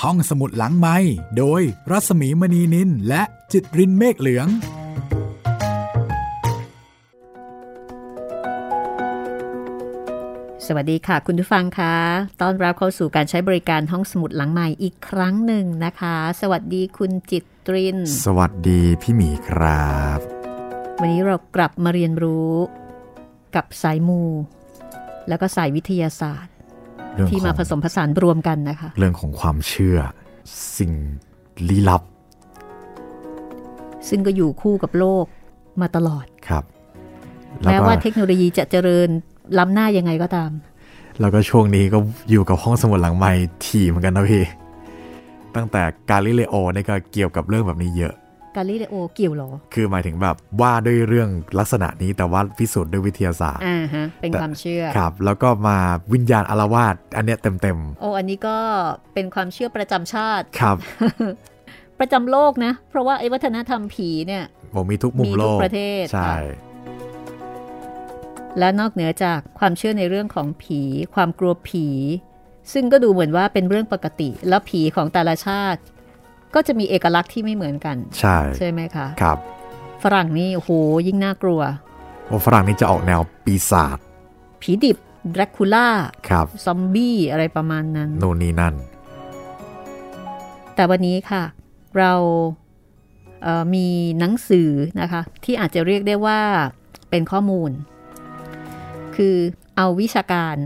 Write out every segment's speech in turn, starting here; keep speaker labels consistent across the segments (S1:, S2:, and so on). S1: ห้องสมุดหลังไม้โดยรัสมีมณีนินและจิตรินเมฆเหลือง
S2: สวัสดีค่ะ คุณผู้ฟังคะต้อนรับเข้าสู่การใช้บริการห้องสมุดหลังใหม่อีกครั้งหนึ่งนะคะ สวัสดีคุณจิตริน
S3: สวัสดีพี่หมีครับ
S2: วันนี้เรากลับมาเรียนรู้กับสายมู แล้วก็สายวิทยาศาสตร์
S3: เรื่อง
S2: ที่มา
S3: ของ
S2: ผสมผสานรวมกันนะคะ
S3: เรื่องของความเชื่อ สิ่งลี้ลับ
S2: ซึ่งก็อยู่คู่กับโลกมาตลอด
S3: ครับแล้ว
S2: แม้
S3: ก็
S2: ว่าเทคโนโลยีจะเจริญล้ำหน้ายังไงก็ตาม
S3: แล้วก็ช่วงนี้ก็อยู่กับห้องสมุดหลังใหม่ถี่เหมือนกันนะพี่ ตั้งแต่กาลิเลโอเนี่ยก็เกี่ยวกับเรื่องแบบนี้เยอะ
S2: กาลิเลโอเกี่ยวเหรอ
S3: คือหมายถึงแบบว่าด้วยเรื่องลักษณะนี้แต่ว่าพิสูจน์ด้วยวิทยาศาสตร์
S2: อ่าฮะ เป็น
S3: แต่
S2: ความเชื่อ
S3: ครับ แล้วก็มาวิญญาณอารวาสอันเนี้ยเต็ม
S2: โอ้อันนี้ก็เป็นความเชื่อประจำชาติ
S3: ๆครับ
S2: ประจำโลกนะ เพราะว่าไอ้วัฒนธรรมผีเนี่ย
S3: ผมมีทุกมุมโลก
S2: มีทุกประเทศ
S3: ใช่
S2: ค่ะ และนอกเหนือจากความเชื่อในเรื่องของผี ความกลัวผี ซึ่งก็ดูเหมือนว่าเป็นเรื่องปกติ แล้วผีของแต่ละชาติ ก็จะมีเอกลักษณ์ที่ไม่เหมือนกัน
S3: ใช่
S2: ใช่ไหมคะ
S3: ครับ
S2: ฝรั่งนี่โอ้โหยิ่งน่ากลัว
S3: โอฝรั่งนี่จะออกแนวปีศาจ
S2: ผีดิบดร a คูล่า
S3: ครับ
S2: ซอมบี้อะไรประมาณนั้น
S3: นู่นนี่นั่น
S2: แต่วันนี้ค่ะ เราเอ่อมีหนังสือนะคะ ที่อาจจะเรียกได้ว่าเป็นข้อมูล คือเอาวิชาการ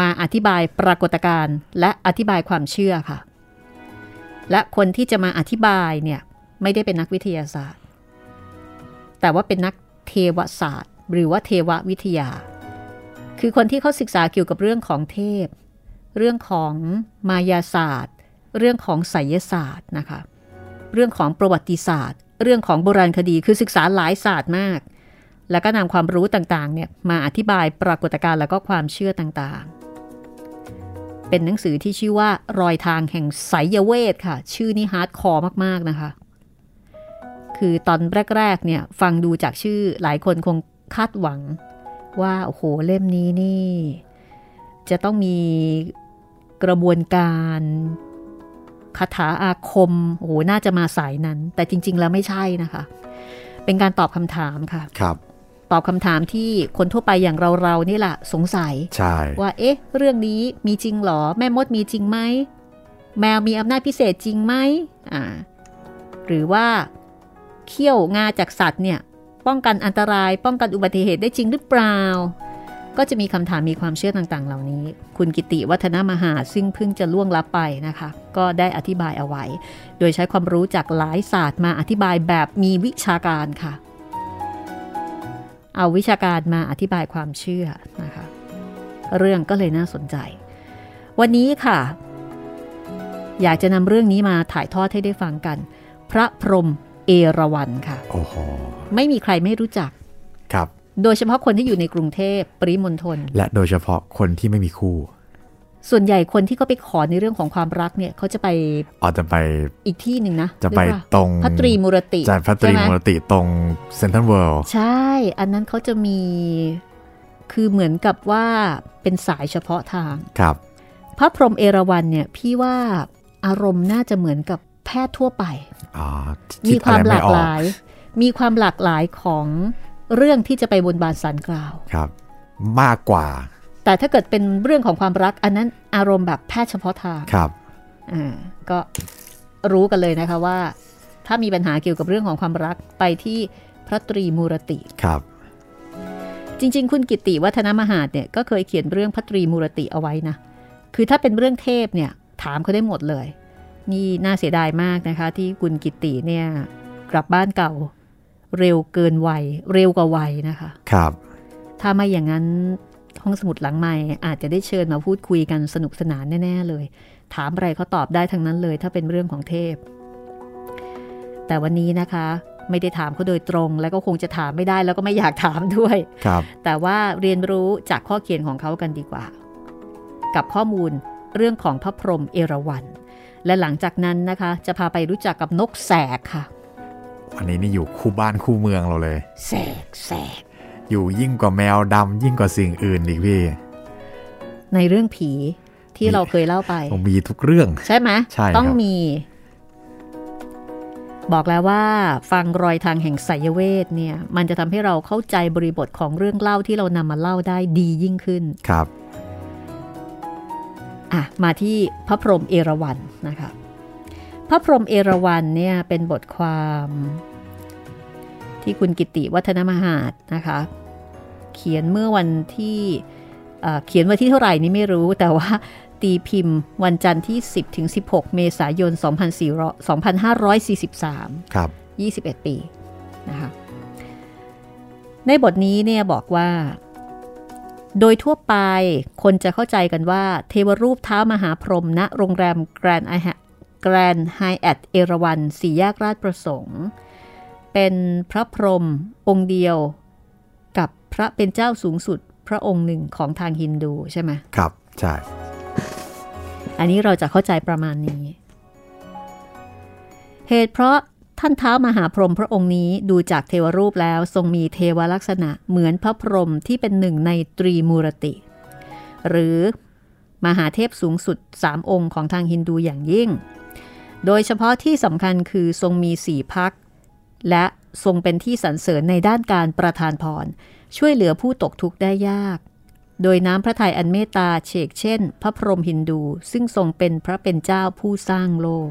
S2: มาอธิบายปรากฏการณ์และอธิบายความเชื่อค่ะ และคนที่จะมาอธิบายเนี่ย ไม่ได้เป็นนักวิทยาศาสตร์ แต่ว่าเป็นนักเทวศาสตร์ หรือว่าเทววิทยา คือคนที่เขาศึกษาเกี่ยวกับเรื่องของเทพ เรื่องของมายาศาสตร์ เรื่องของไสยศาสตร์นะคะ เรื่องของประวัติศาสตร์ เรื่องของโบราณคดี คือศึกษาหลายศาสตร์มาก แล้วก็นำความรู้ต่างๆเนี่ยมาอธิบายปรากฏการณ์แล้วก็ความเชื่อต่างๆ เป็นหนังสือที่ชื่อว่ารอยทางแห่งไสยเวทค่ะ ชื่อนี่ฮาร์ดคอร์มากๆนะคะ คือตอนแรกๆเนี่ยฟังดูจากชื่อหลายคนคงคาดหวังว่าโอ้โหเล่มนี้นี่ จะต้องมีกระบวนการคาถาอาคม โอ้โห น่าจะมาสายนั้น แต่จริง ๆ แล้วไม่ใช่นะคะ เป็นการตอบคำถามค่ะ
S3: ครับ
S2: ตอบคำถามที่คนทั่วไปอย่างเราๆนี่แหละสงสัย
S3: ใช่
S2: ว่าเอ๊ะ เรื่องนี้มีจริงเหรอ แม่มดมีจริงไหม แมวมีอำนาจพิเศษจริงไหมอ่าหรือว่าเขี้ยวงาจากสัตว์เนี่ย ป้องกันอันตราย ป้องกันอุบัติเหตุได้จริงหรือเปล่า ก็จะมีคำถามมีความเชื่อต่างๆ เหล่านี้ คุณกิติวัฒนมหาซึ่งเพิ่งจะล่วงลับไปนะคะ ก็ได้อธิบายเอาไว้ โดยใช้ความรู้จากหลายศาสตร์มาอธิบายแบบมีวิชาการค่ะ เอาวิชาการมาอธิบายความเชื่อนะคะ เรื่องก็เลยน่าสนใจ วันนี้ค่ะ อยากจะนำเรื่องนี้มาถ่ายทอดให้ได้ฟังกัน พระพรหมเอราวัณค่ะ
S3: โอ้โห
S2: ไม่มีใครไม่รู้จัก
S3: ครับ
S2: โดยเฉพาะคนที่อยู่ในกรุงเทพปริมณฑล
S3: และโดยเฉพาะคนที่ไม่มีคู่
S2: ส่วนใหญ่คนที่เขาไปขอในเรื่องของความรักเนี่ยเขาจะไป
S3: อาจจะไป
S2: อีกที่หนึ่งนะ
S3: จะไป
S2: เรียกว่า
S3: ตรง
S2: พระตรีมุรติ
S3: จัดพระตรี
S2: ใช่ไห
S3: มูรติตรงเซนทรัลเวิลด์
S2: ใช่ อันนั้นเขาจะมีคือเหมือนกับว่าเป็นสายเฉพาะทาง
S3: ครับ
S2: พระพรหมเอราวัณเนี่ยพี่ว่าอารมณ์น่าจะเหมือนกับแพทย์ทั่วไป
S3: อ่า
S2: มี
S3: คิด
S2: ความ
S3: อะไรไม่
S2: หลาก
S3: ออ
S2: ห
S3: ก
S2: ลาย มีความหลากหลายของเรื่องที่จะไปบนบานสารกล่าว
S3: ครับ มากกว่า
S2: แต่ถ้าเกิดเป็นเรื่องของความรัก อันนั้นอารมณ์แบบแพทย์เฉพาะทาง
S3: ครับ
S2: อ่าก็รู้กันเลยนะคะว่า ถ้ามีปัญหาเกี่ยวกับเรื่องของความรักไปที่พระตรีมูรติ
S3: ครับ
S2: จริง ๆ คุณกิติวัฒนมหาดเนี่ยก็เคยเขียนเรื่องพระตรีมูรติเอาไว้นะ คือถ้าเป็นเรื่องเทพเนี่ยถามเขาได้หมดเลย นี่น่าเสียดายมากนะคะ ที่คุณกิติเนี่ยกลับบ้านเก่า เร็วเกินวัย เร็วกว่าวัยนะคะ
S3: ครับ
S2: ถ้าไม่อย่างนั้นห้องสมุดหลังใหม่อาจจะได้เชิญมาพูดคุยกันสนุกสนานแน่ ๆ เลย ถามอะไรเขาตอบได้ทั้งนั้นเลย ถ้าเป็นเรื่องของเทพ แต่วันนี้นะคะ ไม่ได้ถามเขาโดยตรง แล้วก็คงจะถามไม่ได้แล้วก็ไม่อยากถามด้วย
S3: ครับ
S2: แต่ว่าเรียนรู้จากข้อเขียนของเขากันดีกว่า กับข้อมูลเรื่องของพระพรหมเอราวัณและหลังจากนั้นนะคะ จะพาไปรู้จักกับนกแสกค่ะ
S3: อันนี้นี่อยู่คู่บ้านคู่เมืองเราเลย
S2: แสกแสก
S3: อยู่ยิ่งกว่าแมวดำยิ่งกว่าสิ่งอื่นอีกพี่
S2: ในเรื่องผี ที่เราเคยเล่าไป
S3: ผมมีทุกเรื่อง
S2: ใช่ไหม
S3: ใช่ครับ
S2: ต้องมี บอกแล้วว่า ฟังรอยทางแห่งไสยเวทเนี่ย มันจะทำให้เราเข้าใจบริบทของเรื่องเล่าที่เรานำมาเล่าได้ดียิ่งขึ้น
S3: ครับ
S2: อ่ะมาที่พระพรหมเอราวัณนะคะพระพรหมเอราวัณเนี่ยเป็นบทความที่คุณกิติวัฒนมหาดนะคะ เขียนเมื่อวันที่เอ่อเขียนวันที่เท่าไหร่นี้ไม่รู้แต่ว่าตีพิมพ์วันจันทร์ที่ 10ถึง16 เมษายน 2400 2543
S3: ครับ
S2: 21 ปีนะคะในบทนี้เนี่ยบอกว่า โดยทั่วไปคนจะเข้าใจกันว่า เทวรูปเท้ามหาพรหมณโรงแรมแกรนไอแฮแกรนไฮแอทเอราวันสี่แยกราชประสงค์ เป็นพระพรหมองค์เดียวกับพระเป็นเจ้าสูงสุดพระองค์หนึ่งของทางฮินดูใช่ไหม
S3: ครับ ใช่
S2: อันนี้เราจะเข้าใจประมาณนี้ เหตุเพราะท่านเท้ามหาพรหมพระองค์นี้ดูจากเทวรูปแล้วทรงมีเทวลักษณะเหมือนพระพรหมที่เป็นหนึ่งในตรีมูรติ หรือมหาเทพสูงสุดสามองค์ของทางฮินดูอย่างยิ่ง โดยเฉพาะที่สำคัญคือทรงมีสี่พัก และทรงเป็นที่สรรเสริญในด้านการประทานพร ช่วยเหลือผู้ตกทุกข์ได้ยาก โดยน้ำพระทัยอันเมตตาเฉกเช่น พระพรหมฮินดู ซึ่งทรงเป็นพระเป็นเจ้าผู้สร้างโลก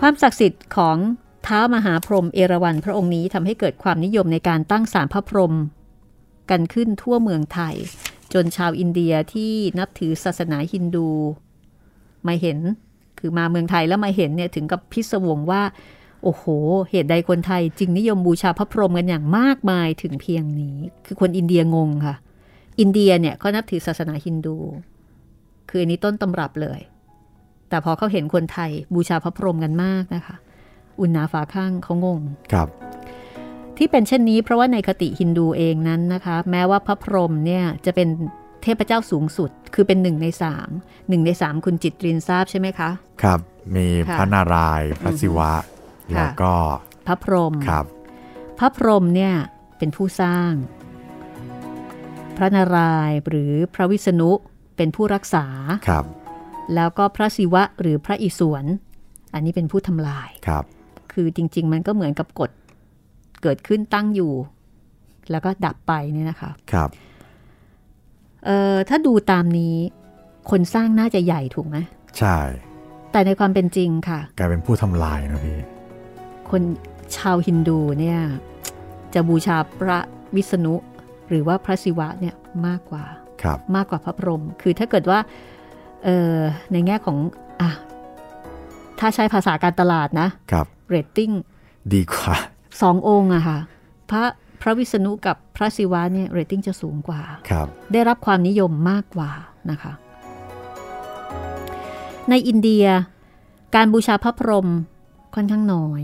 S2: ความศักดิ์สิทธิ์ของเท้ามหาพรหมเอราวัณพระองค์นี้ทำให้เกิดความนิยมในการตั้งศาลพระพรหมกันขึ้นทั่วเมืองไทย จนชาวอินเดียที่นับถือศาสนาฮินดู มาเห็นคือมาเมืองไทยแล้วมาเห็นเนี่ยถึงกับพิศวงว่า โอ้โห เหตุใดคนไทยจึงนิยมบูชาพระพรหมกันอย่างมากมายถึงเพียงนี้ คือคนอินเดียงงค่ะ อินเดียเนี่ยเขานับถือศาสนาฮินดู คืออันนี้ต้นตำรับเลย แต่พอเขาเห็นคนไทยบูชาพระพรหมกันมากนะคะ อุณาฝาข้างเขางง
S3: ครับ
S2: ที่เป็นเช่นนี้เพราะว่าในคติฮินดูเองนั้นนะคะ แม้ว่าพระพรหมเนี่ยจะเป็นเทพเจ้าสูงสุด คือเป็นหนึ่งในสามหนึ่งในสามคุณจิตรินทราบใช่ไหมคะ
S3: ครับ มี
S2: ค่ะ
S3: พระนารายณ์พระศิวะ
S2: ค่ะ
S3: แล้วก็
S2: พระพรหม
S3: ครับ
S2: พระพรหมเนี่ยเป็นผู้สร้าง พระนารายณ์หรือพระวิษณุเป็นผู้รักษา
S3: ครับ
S2: แล้วก็พระศิวะหรือพระอิศวรอันนี้เป็นผู้ทำลาย
S3: ครับ
S2: คือจริง ๆ มันก็เหมือนกับกฎเกิดขึ้นตั้งอยู่ แล้วก็ดับไปเนี่ยนะคะ
S3: ครับ
S2: เอ่อถ้าดูตามนี้คนสร้างน่าจะใหญ่ถูกไหม
S3: ใช่
S2: แต่ในความเป็นจริงค่ะ
S3: กลายเป็นผู้ทำลายนะพี่
S2: คนชาวฮินดูเนี่ยจะบูชาพระวิษณุหรือว่าพระศิวะเนี่ยมากกว่า
S3: ครับ
S2: มากกว่าพระพรหม คือถ้าเกิดว่าเอ่อในแง่ของอ่ะถ้าใช้ภาษาการตลาดนะครับ เรตติ้ง
S3: ดีกว่า
S2: สององค์อะค่ะพระพระวิษณุกับพระศิวะเนี่ยเรตติ้งจะสูงกว่า
S3: ครับ
S2: ได้รับความนิยมมากกว่านะคะ ในอินเดียการบูชาพระพรหมค่อนข้างน้อย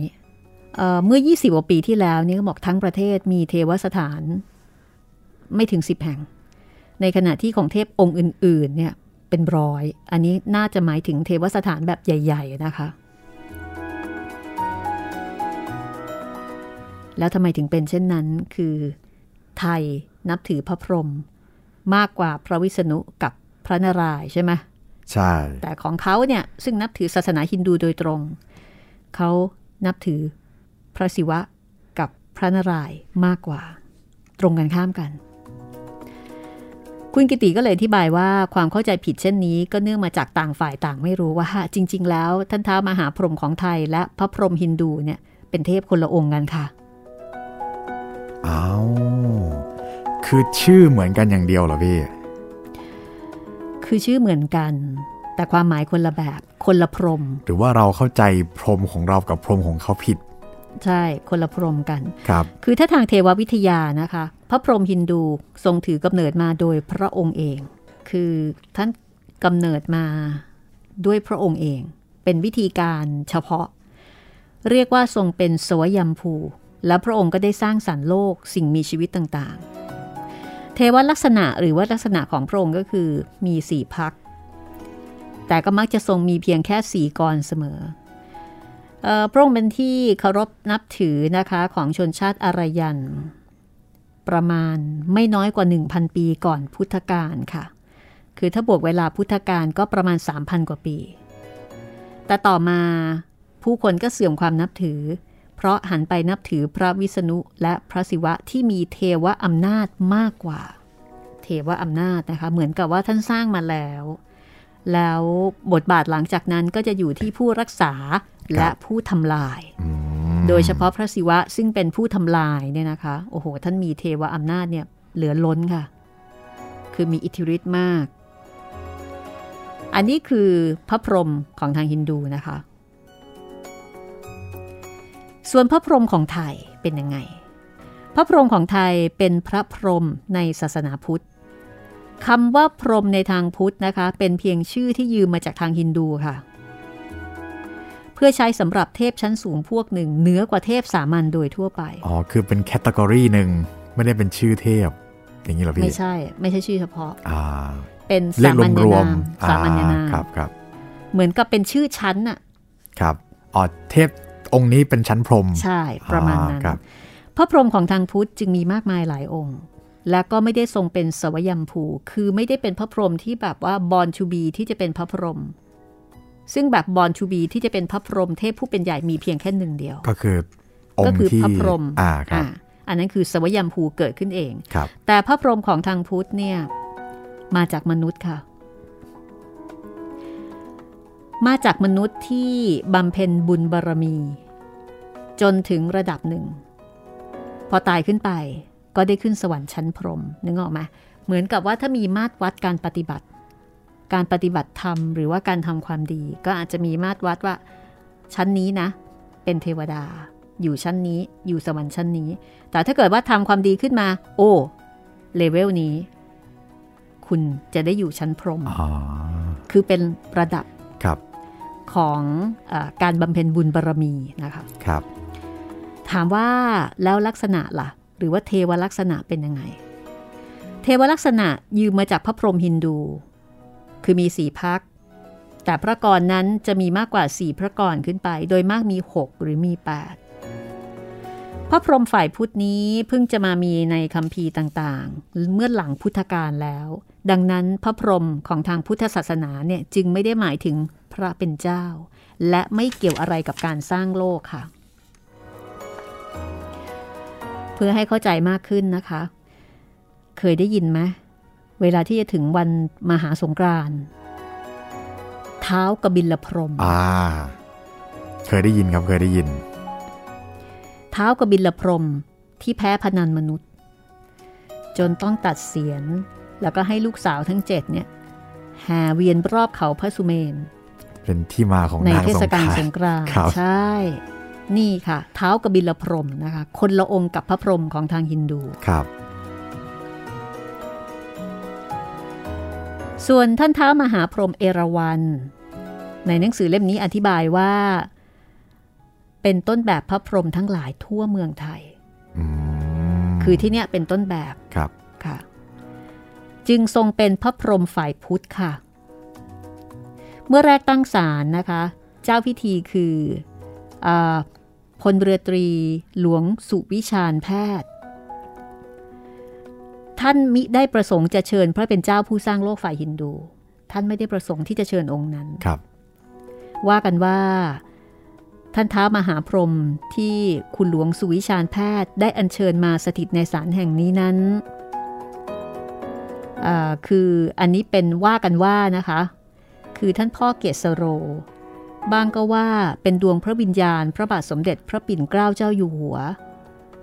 S2: เอ่อเมื่อ 20กว่าปีที่แล้วเนี่ยก็บอกทั้งประเทศมีเทวสถานไม่ถึง 10 แห่ง ในขณะที่ของเทพองค์อื่น ๆ เนี่ยเป็นร้อย อันนี้น่าจะหมายถึงเทวสถานแบบใหญ่ ๆ นะคะ แล้วทำไมถึงเป็นเช่นนั้นคือไทยนับถือพระพรหมมากกว่าพระวิษณุกับพระนารายณ์ใช่ไหม
S3: ใช่
S2: แต่ของเขาเนี่ยซึ่งนับถือศาสนาฮินดูโดยตรง เขานับถือพระศิวะกับพระนารายณ์มากกว่า ตรงกันข้ามกัน คุณกิติก็เลยอธิบายว่าความเข้าใจผิดเช่นนี้ ก็เนื่องมาจากต่างฝ่ายต่างไม่รู้ว่า จริง ๆ แล้วท่านท้าวมหาพรหมของไทยและพระพรหมฮินดูเนี่ยเป็นเทพคนละองค์กันค่ะ
S3: อ้าว คือชื่อเหมือนกันอย่างเดียวเหรอพี่
S2: คือชื่อเหมือนกัน แต่ความหมายคนละแบบคนละพรหม
S3: หรือว่าเราเข้าใจพรหมของเรากับพรหมของเขาผิด
S2: ใช่คนละพรหมกัน
S3: ครับ
S2: คือถ้าทางเทววิทยานะคะ พระพรหมฮินดูทรงถือกำเนิดมาโดยพระองค์เอง คือท่านกำเนิดมาด้วยพระองค์เอง เป็นวิธีการเฉพาะ เรียกว่าทรงเป็นสวยมภูและพระองค์ก็ได้สร้างสรรค์โลกสิ่งมีชีวิตต่างๆ เทวลักษณะหรือว่าลักษณะของพระองค์ก็คือมีสี่พัก แต่ก็มักจะทรงมีเพียงแค่สี่กรเสมอ เอ่อพระองค์เป็นที่เคารพนับถือนะคะของชนชาติอารยัน ประมาณไม่น้อยกว่า 1,000 ปีก่อนพุทธกาลค่ะ คือถ้าบวกเวลาพุทธกาลก็ประมาณ 3,000 กว่าปี แต่ต่อมาผู้คนก็เสื่อมความนับถือ เพราะหันไปนับถือพระวิษณุและพระศิวะที่มีเทวะอำนาจมากกว่า เทวะอำนาจนะคะ เหมือนกับว่าท่านสร้างมาแล้ว แล้วบทบาทหลังจากนั้นก็จะอยู่ที่ผู้รักษาและผู้ทำลาย
S3: อืม
S2: โดยเฉพาะพระศิวะซึ่งเป็นผู้ทำลายเนี่ยนะคะ โอ้โห ท่านมีเทวะอำนาจเนี่ยเหลือล้นค่ะ คือมีอิทธิฤทธิ์มาก อันนี้คือพระพรหมของทางฮินดูนะคะ ส่วนพระพรหมของไทยเป็นยังไง พระพรหมของไทยเป็นพระพรหมในศาสนาพุทธคำว่าพรหมในทางพุทธนะคะ เป็นเพียงชื่อที่ยืมมาจากทางฮินดูค่ะ เพื่อใช้สำหรับเทพชั้นสูงพวกหนึ่งเหนือกว่าเทพสามัญโดยทั่วไป
S3: อ๋อ คือเป็นแคตตากรีหนึ่งไม่ได้เป็นชื่อเทพ อย่างนี้เหรอพี่
S2: ไม่ใช่ไม่ใช่ชื่อเฉพาะ
S3: อ่า
S2: เป็น
S3: เรีย
S2: สาก มัญ
S3: ร
S2: นาว
S3: ม
S2: ม
S3: ๆ
S2: สามัญ
S3: อ่
S2: นาม
S3: ครับครับ
S2: เหมือนกับเป็นชื่อชั้นน่ะ
S3: ครับอ๋อเทพองค์นี้เป็นชั้นพรหม
S2: ใช่ประมาณนั้น
S3: อ่ครับ
S2: พระพรหมของทางพุทธจึงมีมากมายหลายองค์ และก็ไม่ได้ทรงเป็นสวยัมภู คือไม่ได้เป็นพระพรหมที่แบบว่าบอนชูบีที่จะเป็นพระพรหมซึ่งแบบบอนชูบีที่จะเป็นพระพรหมเทพผู้เป็นใหญ่มีเพียงแค่หนึ่งเดียว
S3: ก็คืออง
S2: ก็
S3: ค์
S2: คือ
S3: ที่
S2: พระพรหม
S3: อ่าครับ
S2: อ่าอันนั้นคือสวยัมภูเกิดขึ้นเอง
S3: ครับ
S2: แต่พระพรหมของทางพุทธเนี่ยมาจากมนุษย์ค่ะ มาจากมนุษย์ที่บำเพ็ญบุญบารมี จนถึงระดับหนึ่ง พอตายขึ้นไปก็ได้ขึ้นสวรรค์ชั้นพรหมนึกออกไหมเหมือนกับว่าถ้ามีมาตรวัดการปฏิบัติ การปฏิบัติธรรมหรือว่าการทำความดี ก็อาจจะมีมาตรวัดว่า ชั้นนี้นะ เป็นเทวดา อยู่ชั้นนี้อยู่สวรรค์ชั้นนี้ แต่ถ้าเกิดว่าทำความดีขึ้นมา โอ้เลเวลนี้ คุณจะได้อยู่ชั้นพรหม
S3: อ๋อ
S2: คือเป็นระดับ
S3: ครับ
S2: ของเออการบำเพ็ญบุญบารมีนะคะ
S3: ครับ
S2: ถามว่าแล้วลักษณะล่ะ หรือว่าเทวลักษณะเป็นยังไง เทวลักษณะยืมมาจากพระพรหมฮินดู คือมีสี่พัก แต่พระกรนั้นจะมีมากกว่าสี่พระกรขึ้นไป โดยมากมีหกหรือมีแปดพระพรหมฝ่ายพุทธนี้เพิ่งจะมามีในคัมภีร์ต่างๆ เมื่อหลังพุทธกาลแล้ว ดังนั้นพระพรหมของทางพุทธศาสนาเนี่ยจึงไม่ได้หมายถึงพระเป็นเจ้า และไม่เกี่ยวอะไรกับการสร้างโลกค่ะ เพื่อให้เข้าใจมากขึ้นนะคะ เคยได้ยินไหมเวลาที่จะถึงวันมหาสงกรานต์เท้ากบิลพรหม
S3: อ่าเคยได้ยินครับเคยได้ยิน
S2: เท้ากบิลพรหมที่แพ้พนันมนุษย์ จนต้องตัดเสียน แล้วก็ให้ลูกสาวทั้งเจ็ดเนี่ยแห่เวียนรอบเขาพระสุเมน
S3: เป็นที่มาของ
S2: ใน
S3: นาง
S2: เท
S3: ส
S2: ศ
S3: ง
S2: กาล
S3: ขาน
S2: สง
S3: ต์
S2: กรานต์
S3: ครับ
S2: ใช่ นี่ค่ะ เท้ากบิลพรหมนะคะ คนละองค์กับพระพรหมของทางฮินดู
S3: ครับ
S2: ส่วนท่านท้าวมหาพรหมเอราวัณในหนังสือเล่มนี้อธิบายว่า เป็นต้นแบบพระพรหมทั้งหลายทั่วเมืองไทย
S3: อืม
S2: คือที่เนี่ยเป็นต้นแบบ
S3: ครับ
S2: ค่ะ จึงทรงเป็นพระพรหมฝ่ายพุทธค่ะ เมื่อแรกตั้งศาลนะคะ เจ้าพิธีคืออาพลเรือตรีหลวงสุวิชาญแพทย์ ท่านมิได้ประสงค์จะเชิญพระเป็นเจ้าผู้สร้างโลกฝ่ายฮินดู ท่านไม่ได้ประสงค์ที่จะเชิญองค์นั้น
S3: ครับ
S2: ว่ากันว่า ท่านท้าวมหาพรหมที่คุณหลวงสุวิชาญแพทย์ได้อัญเชิญมาสถิตในศาลแห่งนี้นั้นอ่าคืออันนี้เป็นว่ากันว่านะคะ คือท่านพ่อเกษโร บ้างก็ว่าเป็นดวงพระวิญญาณ พระบาทสมเด็จพระปิ่นเกล้าเจ้าอยู่หัว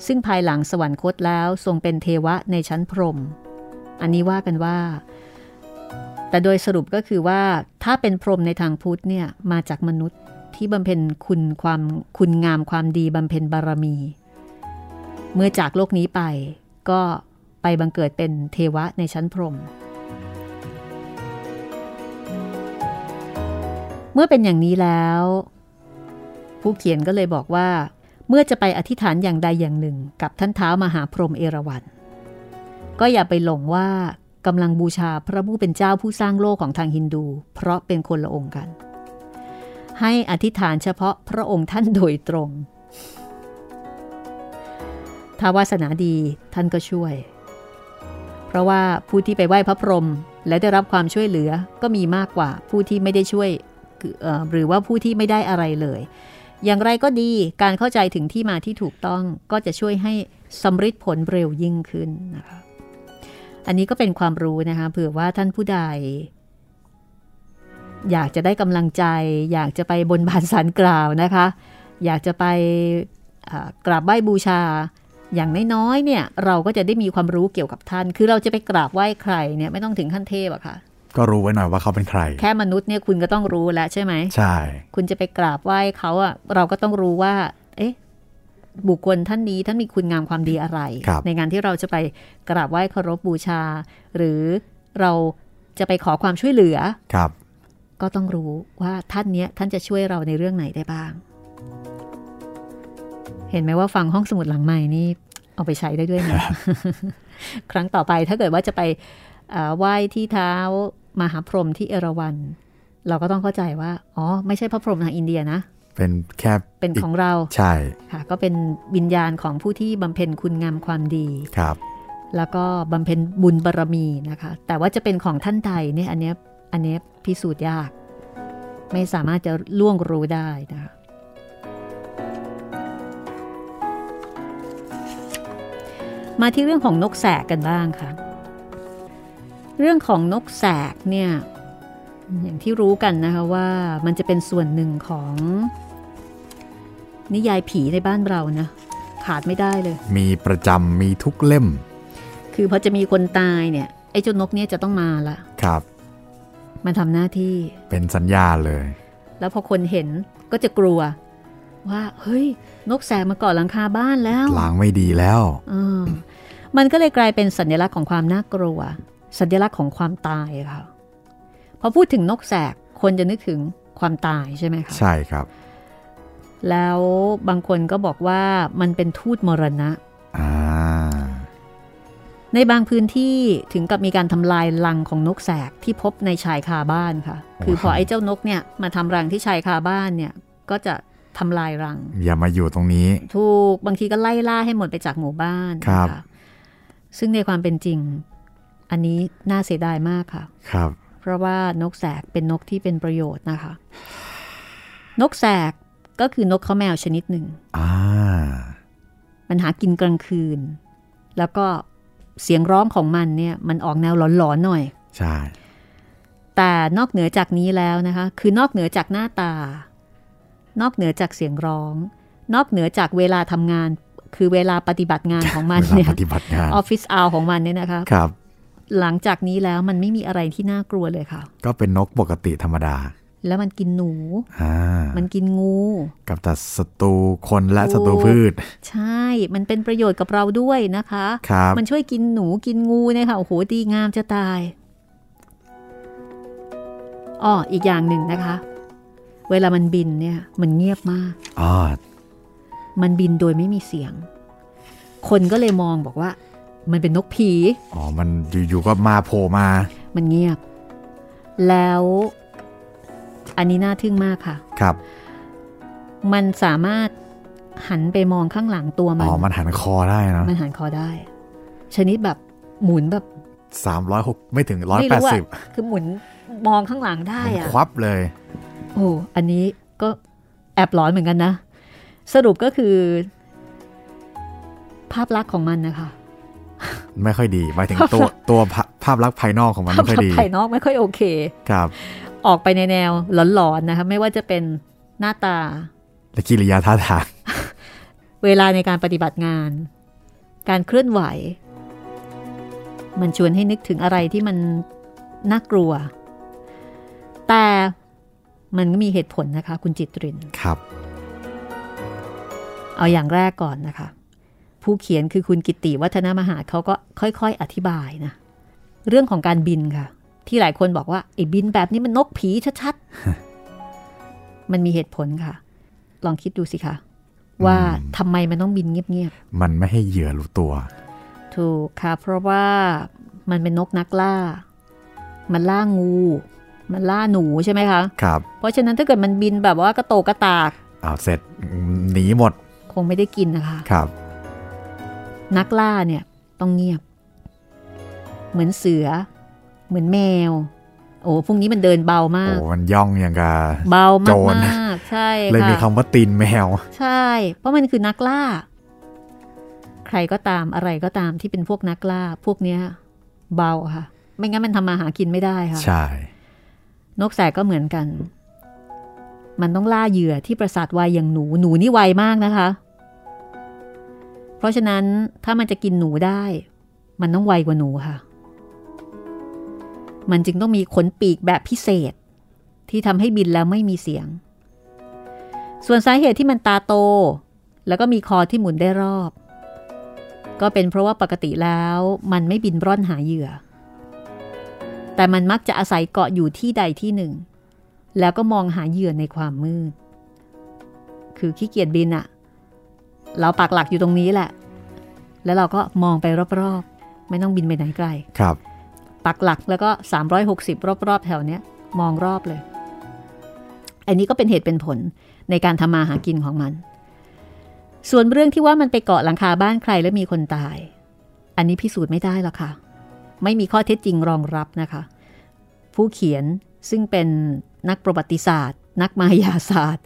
S2: ซึ่งภายหลังสวรรคตแล้วทรงเป็นเทวะในชั้นพรหมอันนี้ว่ากันว่า แต่โดยสรุปก็คือว่าถ้าเป็นพรหมในทางพุทธเนี่ยมาจากมนุษย์ที่บำเพ็ญคุณความคุณงามความดีบำเพ็ญบารมี เมื่อจากโลกนี้ไปก็ไปบังเกิดเป็นเทวะในชั้นพรหมเมื่อเป็นอย่างนี้แล้ว ผู้เขียนก็เลยบอกว่า เมื่อจะไปอธิษฐานอย่างใดอย่างหนึ่ง กับท่านเท้ามหาพรหมเอราวัณ ก็อย่าไปหลงว่ากำลังบูชาพระผู้เป็นเจ้าผู้สร้างโลกของทางฮินดู เพราะเป็นคนละองค์กัน ให้อธิษฐานเฉพาะพระองค์ท่านโดยตรง ถ้าวาสนาดีท่านก็ช่วย เพราะว่าผู้ที่ไปไหว้พระพรหมและได้รับความช่วยเหลือก็มีมากกว่าผู้ที่ไม่ได้ช่วยคือเอ่อหรือว่าผู้ที่ไม่ได้อะไรเลย อย่างไรก็ดีการเข้าใจถึงที่มาที่ถูกต้องก็จะช่วยให้สำฤทธิ์ผลเร็วยิ่งขึ้นนะคะอันนี้ก็เป็นความรู้นะคะเผื่อว่าท่านผู้ใด อยากจะได้กำลังใจ อยากจะไปบนบานสารกล่าวนะคะ อยากจะไปอ่ากราบไหว้บูชา อย่างน้อยๆเนี่ยเราก็จะได้มีความรู้เกี่ยวกับท่าน คือเราจะไปกราบไหว้ใครเนี่ยไม่ต้องถึงขั้นเทพอะค่ะ
S3: ก็รู้ไว้หน่อยว่าเขาเป็นใคร
S2: แค่มนุษย์เนี่ยคุณก็ต้องรู้แล้วใช่ไหม
S3: ใช่
S2: คุณจะไปกราบไหว้เขาอะเราก็ต้องรู้ว่า เอ๊ะ บุคคลท่านนี้ท่านมีคุณงามความดีอะไร
S3: ครับ
S2: ในงานที่เราจะไปกราบไหว้เคารพบูชา หรือเราจะไปขอความช่วยเหลือ
S3: ครับ
S2: ก็ต้องรู้ว่าท่านเนี้ยท่านจะช่วยเราในเรื่องไหนได้บ้าง เห็นไหมว่าฟังห้องสมุดหลังใหม่นี่เอาไปใช้ได้ด้วยนะ ครั้งต่อไปถ้าเกิดว่าจะไปเอ่อไหว้ที่เท้ามหาพรหมที่เอราวัณเราก็ต้องเข้าใจว่า อ๋อ ไม่ใช่พระพรหมทางอินเดียนะ
S3: เป็นแค่
S2: เป็นของเรา
S3: ใช่
S2: ค่ะ ก็เป็นวิญญาณของผู้ที่บำเพ็ญคุณงามความดี
S3: ครับ
S2: แล้วก็บำเพ็ญบุญบารมีนะคะ แต่ว่าจะเป็นของท่านใดเนี่ยอันเนี้ยอันเนี้ยพิสูจน์ยาก ไม่สามารถจะล่วงรู้ได้นะคะ มาที่เรื่องของนกแสกกันบ้างค่ะ เรื่องของนกแสกเนี่ยอย่างที่รู้กันนะคะว่ามันจะเป็นส่วนหนึ่งของ นิยายผีในบ้านเรานะขาดไม่ได้เลย
S3: มีประจำมีทุกเล่ม
S2: คือพอจะมีคนตายเนี่ยไอ้เจ้านกเนี่ยจะต้องมาละ
S3: ครับ
S2: มันทำหน้าที่
S3: เป็นสัญญาณเลย
S2: แล้วพอคนเห็นก็จะกลัว ว่า เฮ้ย นกแสกมาเกาะหลังคาบ้านแล้ว
S3: ล้างไม่ดีแล้ว
S2: เออมันก็เลยกลายเป็นสัญลักษณ์ของความน่ากลัว สัญลักษณ์ของความตายค่ะพอพูดถึงนกแสกคนจะนึกถึงความตายใช่ไหมคะ
S3: ใช่ครับ
S2: แล้วบางคนก็บอกว่ามันเป็นทูตมรณะ
S3: อ่า
S2: ในบางพื้นที่ถึงกับมีการทำลายรังของนกแสกที่พบในชายคาบ้านค่ะ คือพอไอ้เจ้านกเนี่ยมาทำรังที่ชายคาบ้านเนี่ยก็จะทำลายรัง
S3: อย่ามาอยู่ตรงนี้
S2: ถูกบางทีก็ไล่ล่าให้หมดไปจากหมู่บ้าน
S3: ครับ
S2: นะะซึ่งในความเป็นจริง อันนี้น่าเสียดายมากค่ะ
S3: ครับ
S2: เพราะว่านกแสกเป็นนกที่เป็นประโยชน์นะคะ นกแสกก็คือนกข้าวแมวชนิดหนึ่ง
S3: อ่า
S2: มันหากินกลางคืน แล้วก็เสียงร้องของมันเนี่ยมันออกแนวหลอนๆหน่อย
S3: ใช่
S2: แต่นอกเหนือจากนี้แล้วนะคะ คือนอกเหนือจากหน้าตา นอกเหนือจากเสียงร้อง นอกเหนือจากเวลาทำงาน คือเวลาปฏิบัติงานของมัน
S3: เวลา
S2: เนี่ย
S3: ปฏิบัติงาน
S2: ออฟฟิศอาของมันเนี่ยนะคะ
S3: ครับ
S2: หลังจากนี้แล้วมันไม่มีอะไรที่น่ากลัวเลยค่ะ
S3: ก็เป็นนกปกติธรรมดา
S2: แล้วมันกินหนู
S3: อ่า
S2: มันกินงู
S3: กับแต่ศัตรูคนและ
S2: ถูก
S3: ศัตรูพืช
S2: ใช่ มันเป็นประโยชน์กับเราด้วยนะคะ
S3: ครับ
S2: มันช่วยกินหนูกินงูเนี่ยค่ะโอ้โหดีงามจะตายอ้ออีกอย่างหนึ่งนะคะ เวลามันบินเนี่ย มันเงียบมาก
S3: อ่า
S2: มันบินโดยไม่มีเสียง คนก็เลยมองบอกว่า มันเป็นนกผี
S3: อ๋อ มันอยู่ๆก็มาโผล่มา
S2: มันเงียบ แล้ว อันนี้น่าทึ่งมากค่ะ
S3: ครับ
S2: มันสามารถหันไปมองข้างหลังตัวมั
S3: อ๋
S2: น
S3: อ มันหันคอได้เนอะ
S2: มันหันคอได้ ชนิดแบบหมุนแบบ
S3: สามร้อยหกไม่ถึงร้อย
S2: ไม่
S3: แปด
S2: รู้อะ
S3: สิบ
S2: คือหมุนมองข้างหลังได้อะ
S3: ควับเลย
S2: โอ้ อันนี้ก็แอบร้อนเหมือนกันนะ สรุปก็คือ ภาพลักษณ์ของมันนะคะ
S3: ไม่ค่อยดีหมายถึง ตัวตัวภาภาพลักษณ์ภายนอกของมัน
S2: ภาพ
S3: ไม่ค่อ
S2: ลัก
S3: ย
S2: ษ
S3: ดี
S2: ณ์ภายนอกไม่ค่อยโอเค
S3: ครับ
S2: ออกไปในแนวหลอนๆนะคะ ไม่ว่าจะเป็นหน้าตา
S3: และกิริยาท่าทาง
S2: เวลาในการปฏิบัติงาน การเคลื่อนไหว มันชวนให้นึกถึงอะไรที่มันน่ากลัว แต่มันก็มีเหตุผลนะคะ คุณจิตริน
S3: ครับ
S2: เอาอย่างแรกก่อนนะคะ ผู้เขียนคือคุณกิติวัฒนมหาดเขาก็ค่อย ๆ อธิบายนะ เรื่องของการบินค่ะ ที่หลายคนบอกว่าไอ้บินแบบนี้มันนกผีชัดๆ มันมีเหตุผลค่ะ ลองคิดดูสิคะว่าทำไมมันต้องบินเงียบ
S3: มันไม่ให้เหยื่อรู้ตัว
S2: ๆถูกค่ะ เพราะว่ามันเป็นนกนักล่า มันล่างู มันล่าหนูใช่ไหมคะ
S3: ครับ
S2: เพราะฉะนั้นถ้าเกิดมันบินแบบว่ากระโตกกระตาก
S3: เอาเสร็จหนีหมด
S2: คงไม่ได้กินนะคะ
S3: ครับ
S2: นักล่าเนี่ยต้องเงียบ เหมือนเสือ เหมือนแมว โอ้พวกนี้มันเดินเบามาก
S3: โอ้มันย่องอย่างกับ
S2: เบามาก
S3: โจร
S2: มากใช่
S3: เลยมี
S2: ค่ะ
S3: คำว่าตีนแมว
S2: ใช่ เพราะมันคือนักล่า ใครก็ตามอะไรก็ตามที่เป็นพวกนักล่า พวกเนี้ยเบาค่ะ ไม่งั้นมันทำมาหากินไม่ได้ค่ะ
S3: ใช่
S2: นกแสกก็เหมือนกัน มันต้องล่าเหยื่อที่ประสาทไวอย่างหนู หนูนี่ไวมากนะคะ เพราะฉะนั้นถ้ามันจะกินหนูได้ มันต้องไวกว่าหนูค่ะ มันจึงต้องมีขนปีกแบบพิเศษ ที่ทำให้บินแล้วไม่มีเสียง ส่วนสาเหตุที่มันตาโต แล้วก็มีคอที่หมุนได้รอบ ก็เป็นเพราะว่าปกติแล้วมันไม่บินร่อนหาเหยื่อ แต่มันมักจะอาศัยเกาะอยู่ที่ใดที่หนึ่ง แล้วก็มองหาเหยื่อในความมืด คือขี้เกียจบินอะเราปักหลักอยู่ตรงนี้แหละ แล้วเราก็มองไปรอบๆ ไม่ต้องบินไปไหนไกล
S3: ครับ
S2: ปักหลักแล้วก็ 360 รอบๆ แถวเนี้ย มองรอบเลย อันนี้ก็เป็นเหตุเป็นผลในการทำมาหากินของมัน ส่วนเรื่องที่ว่ามันไปเกาะหลังคาบ้านใครแล้วมีคนตาย อันนี้พิสูจน์ไม่ได้หรอกค่ะ ไม่มีข้อเท็จจริงรองรับนะคะ ผู้เขียนซึ่งเป็นนักประวัติศาสตร์ นักมายาศาสตร์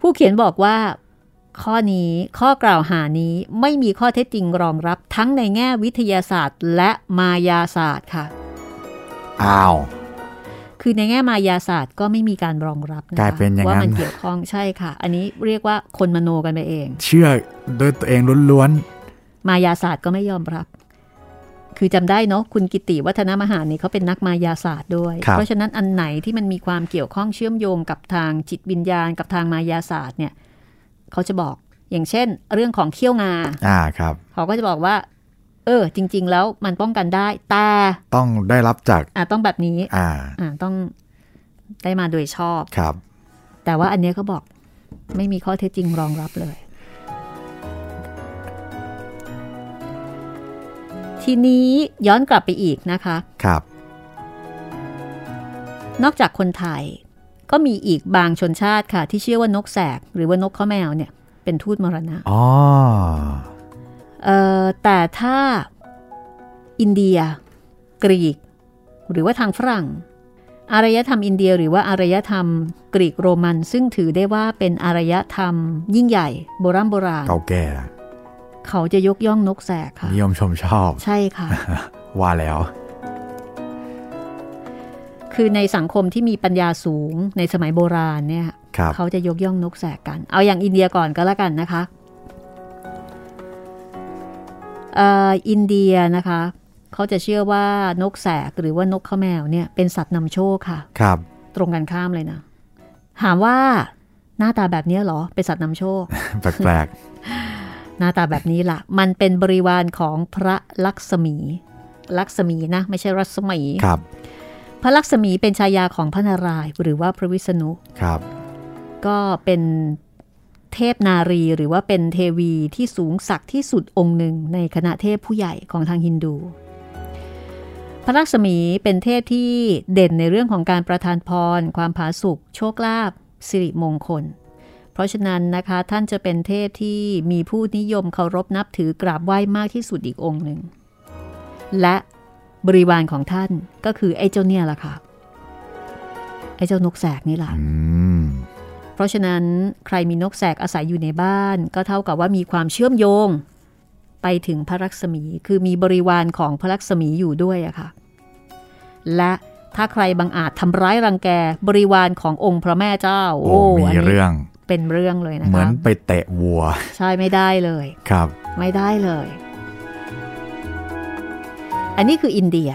S2: ผู้เขียนบอกว่า ข้อนี้ข้อกล่าวหานี้ไม่มีข้อเท็จจริงรองรับทั้งในแง่วิทยาศาสตร์ และมายาศาสตร์ค่ะ
S3: อ้าว
S2: คือในแง่มายาศาสตร์ก็ไม่มีการรองรับนะคะ
S3: กลายเป็นอย่างนั้น
S2: ว่ามันเกี่ยวข้องใช่ค่ะ อันนี้เรียกว่าคนมโนกันไปเอง
S3: เชื่อโดยตัวเองล้วน
S2: มายาศาสตร์ก็ไม่ยอมรับ คือจำได้เนาะคุณกิติวัฒนมหานี่เขาเป็นนักมายาศาสตร์ด้วย
S3: ครับ
S2: เพราะฉะนั้นอันไหนที่มันมีความเกี่ยวข้องเชื่อมโยงกับทางจิตวิญญาณกับทางมายาศาสตร์เนี่ยเขาจะบอกอย่างเช่น เรื่องของเขี้ยวงา
S3: ๆ อ่าครับ
S2: เขาก็จะบอกว่า เออ จริง ๆ แล้วมันป้องกันได้แต่
S3: ต้องได้รับจาก
S2: อ่ะต้องแบบนี้
S3: อ่า
S2: อ่ะต้องได้มาโดยชอบ
S3: ครับ
S2: แต่ว่าอันเนี้ยเขาบอกไม่มีข้อเท็จจริงรองรับเลย ทีนี้ย้อนกลับไปอีกนะคะ
S3: ครับ
S2: นอกจากคนไทย ก็มีอีกบางชนชาติค่ะ ที่เชื่อว่านกแสก หรือว่านกข้าวแมวเนี่ย เป็นทูตมรณะ
S3: อ๋อ
S2: เอ่อแต่ถ้าอินเดีย กรีก หรือว่าทางฝรั่ง อารยธรรมอินเดียหรือว่าอารยธรรมกรีกโรมัน ซึ่งถือได้ว่าเป็นอารยธรรมยิ่งใหญ่ โบราณโบราณ
S3: เก่าแก่
S2: เขาจะยกย่องนกแสกค่ะ
S3: นิยมชมชอบ
S2: ใช่ ค่ะ
S3: ว่าแล้ว
S2: คือในสังคมที่มีปัญญาสูงในสมัยโบราณเนี่ย
S3: ครับ
S2: เขาจะยกย่องนกแสกกัน เอาอย่างอินเดียก่อนก็แล้วกันนะคะเอ่ออินเดียนะคะ เขาจะเชื่อว่านกแสกหรือว่านกข้าวแมวเนี่ยเป็นสัตว์นำโชคค่ะ
S3: ครับ
S2: ตรงกันข้ามเลยนะ ถามว่าหน้าตาแบบเนี้ยเหรอ เป็นสัตว์นำโช ค
S3: แปลก
S2: หน้าตาแบบนี้ล่ะ มันเป็นบริวารของพระลักษมี ลักษมีนะ ไม่ใช่รัศมี
S3: ๆ ครับ
S2: พระลักษมีเป็นฉายาของพระนารายณ์หรือว่าพระวิษณุ
S3: ครับ
S2: ก็เป็นเทพนารีหรือว่าเป็นเทวีที่สูงศักดิ์ที่สุดองค์หนึ่งในคณะเทพผู้ใหญ่ของทางฮินดู พระลักษมีเป็นเทพที่เด่นในเรื่องของการประทานพร ความผาสุกโชคลาภสิริมงคล เพราะฉะนั้นนะคะท่านจะเป็นเทพที่มีผู้นิยมเคารพนับถือกราบไหว้มากที่สุดอีกองค์หนึ่ง และบริวารของท่านก็คือไอ้เจ้าเนี่ยล่ะค่ะไอ้เจ้านกแสกนี่ล่ะ
S3: อืม
S2: เพราะฉะนั้นใครมีนกแสกอาศัยอยู่ในบ้าน ก็เท่ากับว่ามีความเชื่อมโยง ไปถึงพระลักษมี คือมีบริวารของพระลักษมีอยู่ด้วยอะค่ะ และถ้าใครบังอาจทำร้ายรังแกบริวารขององค์พระแม่เจ้า
S3: โอ้ มี
S2: นนี้
S3: เรื่อง
S2: เป็นเรื่องเลยนะคะ
S3: เหมือนไปเตะวัว
S2: ใช่ไม่ได้เลย
S3: ครับ
S2: ไม่ได้เลย อันนี้คืออินเดีย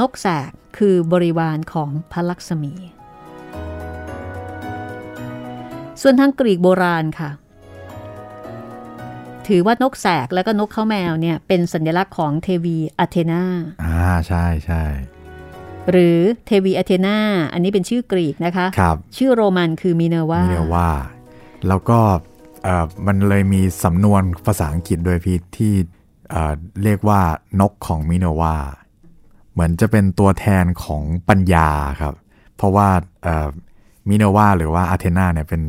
S2: นกแสกคือบริวารของพระลักษมี ส่วนทางกรีกโบราณค่ะ ถือว่านกแสกและก็นกข้าวแมวเนี่ยเป็นสัญลักษณ์ของเทวีอะเทนา
S3: อ่า ใช่ใช่
S2: หรือเทวีอะเทนา อันนี้เป็นชื่อกรีกนะคะ
S3: ครับ
S2: ชื่อโรมันคือมิเนวา
S3: เรียกว่า แล้วก็เอ่อมันเลยมีสำนวนภาษาอังกฤษด้วยพี่ที่เอ่อเรียกว่านกของมิโนวา เหมือนจะเป็นตัวแทนของปัญญาครับ เพราะว่าเอ่อมิโนวาหรือว่าอาเทนาเนี่ยเป็น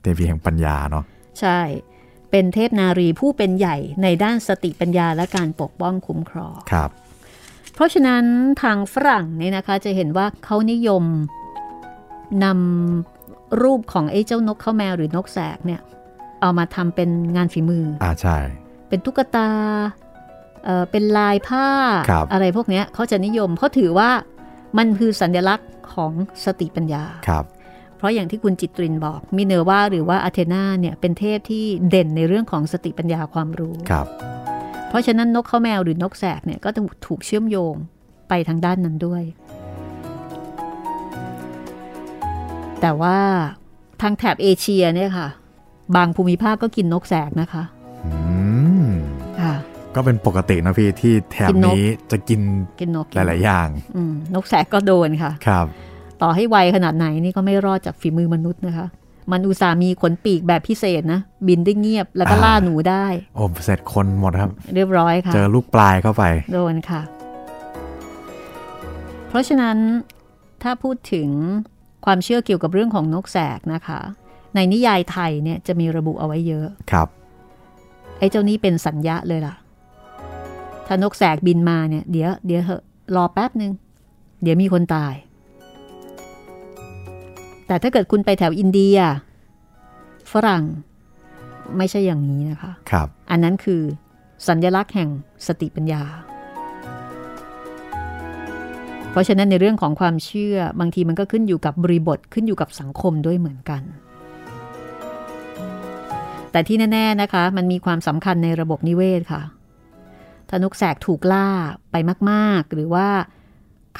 S3: เทพีแห่งปัญญาเนาะ
S2: ใช่ เป็นเทพนารีผู้เป็นใหญ่ในด้านสติปัญญาและการปกป้องคุ้มครอง
S3: ครับ
S2: เพราะฉะนั้นทางฝรั่งเนี่ยนะคะจะเห็นว่าเขานิยมนำรูปของไอ้เจ้านกข้าวแมวหรือนกแสกเนี่ยเอามาทำเป็นงานฝีมือ
S3: อ่าใช่
S2: เป็นตุ๊กตาเอ่อเป็นลายผ้า
S3: ครับ
S2: อะไรพวกเนี้ยเขาจะนิยมเขาถือว่ามันคือสัญลักษณ์ของสติปัญญา
S3: ครับ
S2: เพราะอย่างที่คุณจิตรินบอกมิเนอร์วาหรือว่าอาเทนาเนี่ยเป็นเทพที่เด่นในเรื่องของสติปัญญาความรู้
S3: ครับ
S2: เพราะฉะนั้นนกข้าวแมวหรือนกแสกเนี่ยก็ถูกถูกเชื่อมโยงไปทางด้านนั้นด้วย แต่ว่าทางแถบเอเชียเนี่ยค่ะ บางภูมิภาคก็กินนกแสกนะคะ
S3: อืม
S2: ค่ะ
S3: ก็เป็นปกตินะพี่ที่แถบ
S2: กินนก
S3: นี้จะกิน
S2: กินนก
S3: หลาย ๆ อย่าง
S2: อืมนกแสกก็โดนค่ะ
S3: ครับ
S2: ต่อให้ไวขนาดไหนนี่ก็ไม่รอดจากฝีมือมนุษย์นะคะ มันอุตส่าห์มีขนปีกแบบพิเศษนะ บินได้เงียบแล้วก็
S3: อ่า
S2: ล่าหนูได้
S3: โอ้เสร็จคนหมดครับ
S2: เรียบร้อยค่ะ
S3: เจอลูกปลายเข้าไป
S2: โดนค่ะ เพราะฉะนั้นถ้าพูดถึงความเชื่อเกี่ยวกับเรื่องของนกแสกนะคะ ในนิยายไทยเนี่ยจะมีระบุเอาไว้เยอะ
S3: ครับ
S2: ไอ้เจ้านี้เป็นสัญญะเลยล่ะ ถ้านกแสกบินมาเนี่ย เดี๋ยวเดี๋ยวเหอะรอแป๊บหนึ่งเดี๋ยวมีคนตาย แต่ถ้าเกิดคุณไปแถวอินเดีย ฝรั่งไม่ใช่อย่างนี้นะคะ
S3: ครับ
S2: อันนั้นคือสัญลักษณ์แห่งสติปัญญา เพราะฉะนั้นในเรื่องของความเชื่อบางทีมันก็ขึ้นอยู่กับบริบทขึ้นอยู่กับสังคมด้วยเหมือนกัน แต่ที่แน่ ๆนะคะ มันมีความสำคัญในระบบนิเวศค่ะ ถ้านกแสกถูกล่าไปมากๆ หรือว่า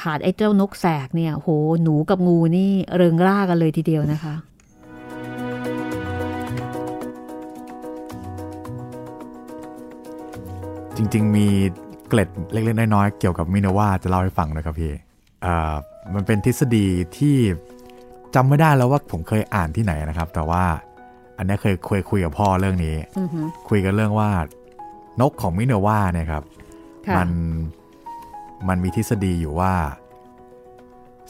S2: ขาดไอ้เจ้านกแสกเนี่ยโหหนูกับงูนี่เริงร่ากันเลยทีเดียวนะคะ
S3: จริง ๆ มีเกล็ดเล็ก ๆ น้อย ๆ เกี่ยวกับมินาวาจะเล่าให้ฟังนะครับพี่อ่ามันเป็นทฤษฎีที่จำไม่ได้แล้วว่าผมเคยอ่านที่ไหนนะครับ แต่ว่าอันเนี้ยเคยเคยคุยกับพ่อเรื่องนี้
S2: อือฮึ
S3: คุยกันเรื่องว่านกของมินาวาเนี่ยครับ
S2: ค่ะ
S3: มันมันมีทฤษฎีอยู่ว่า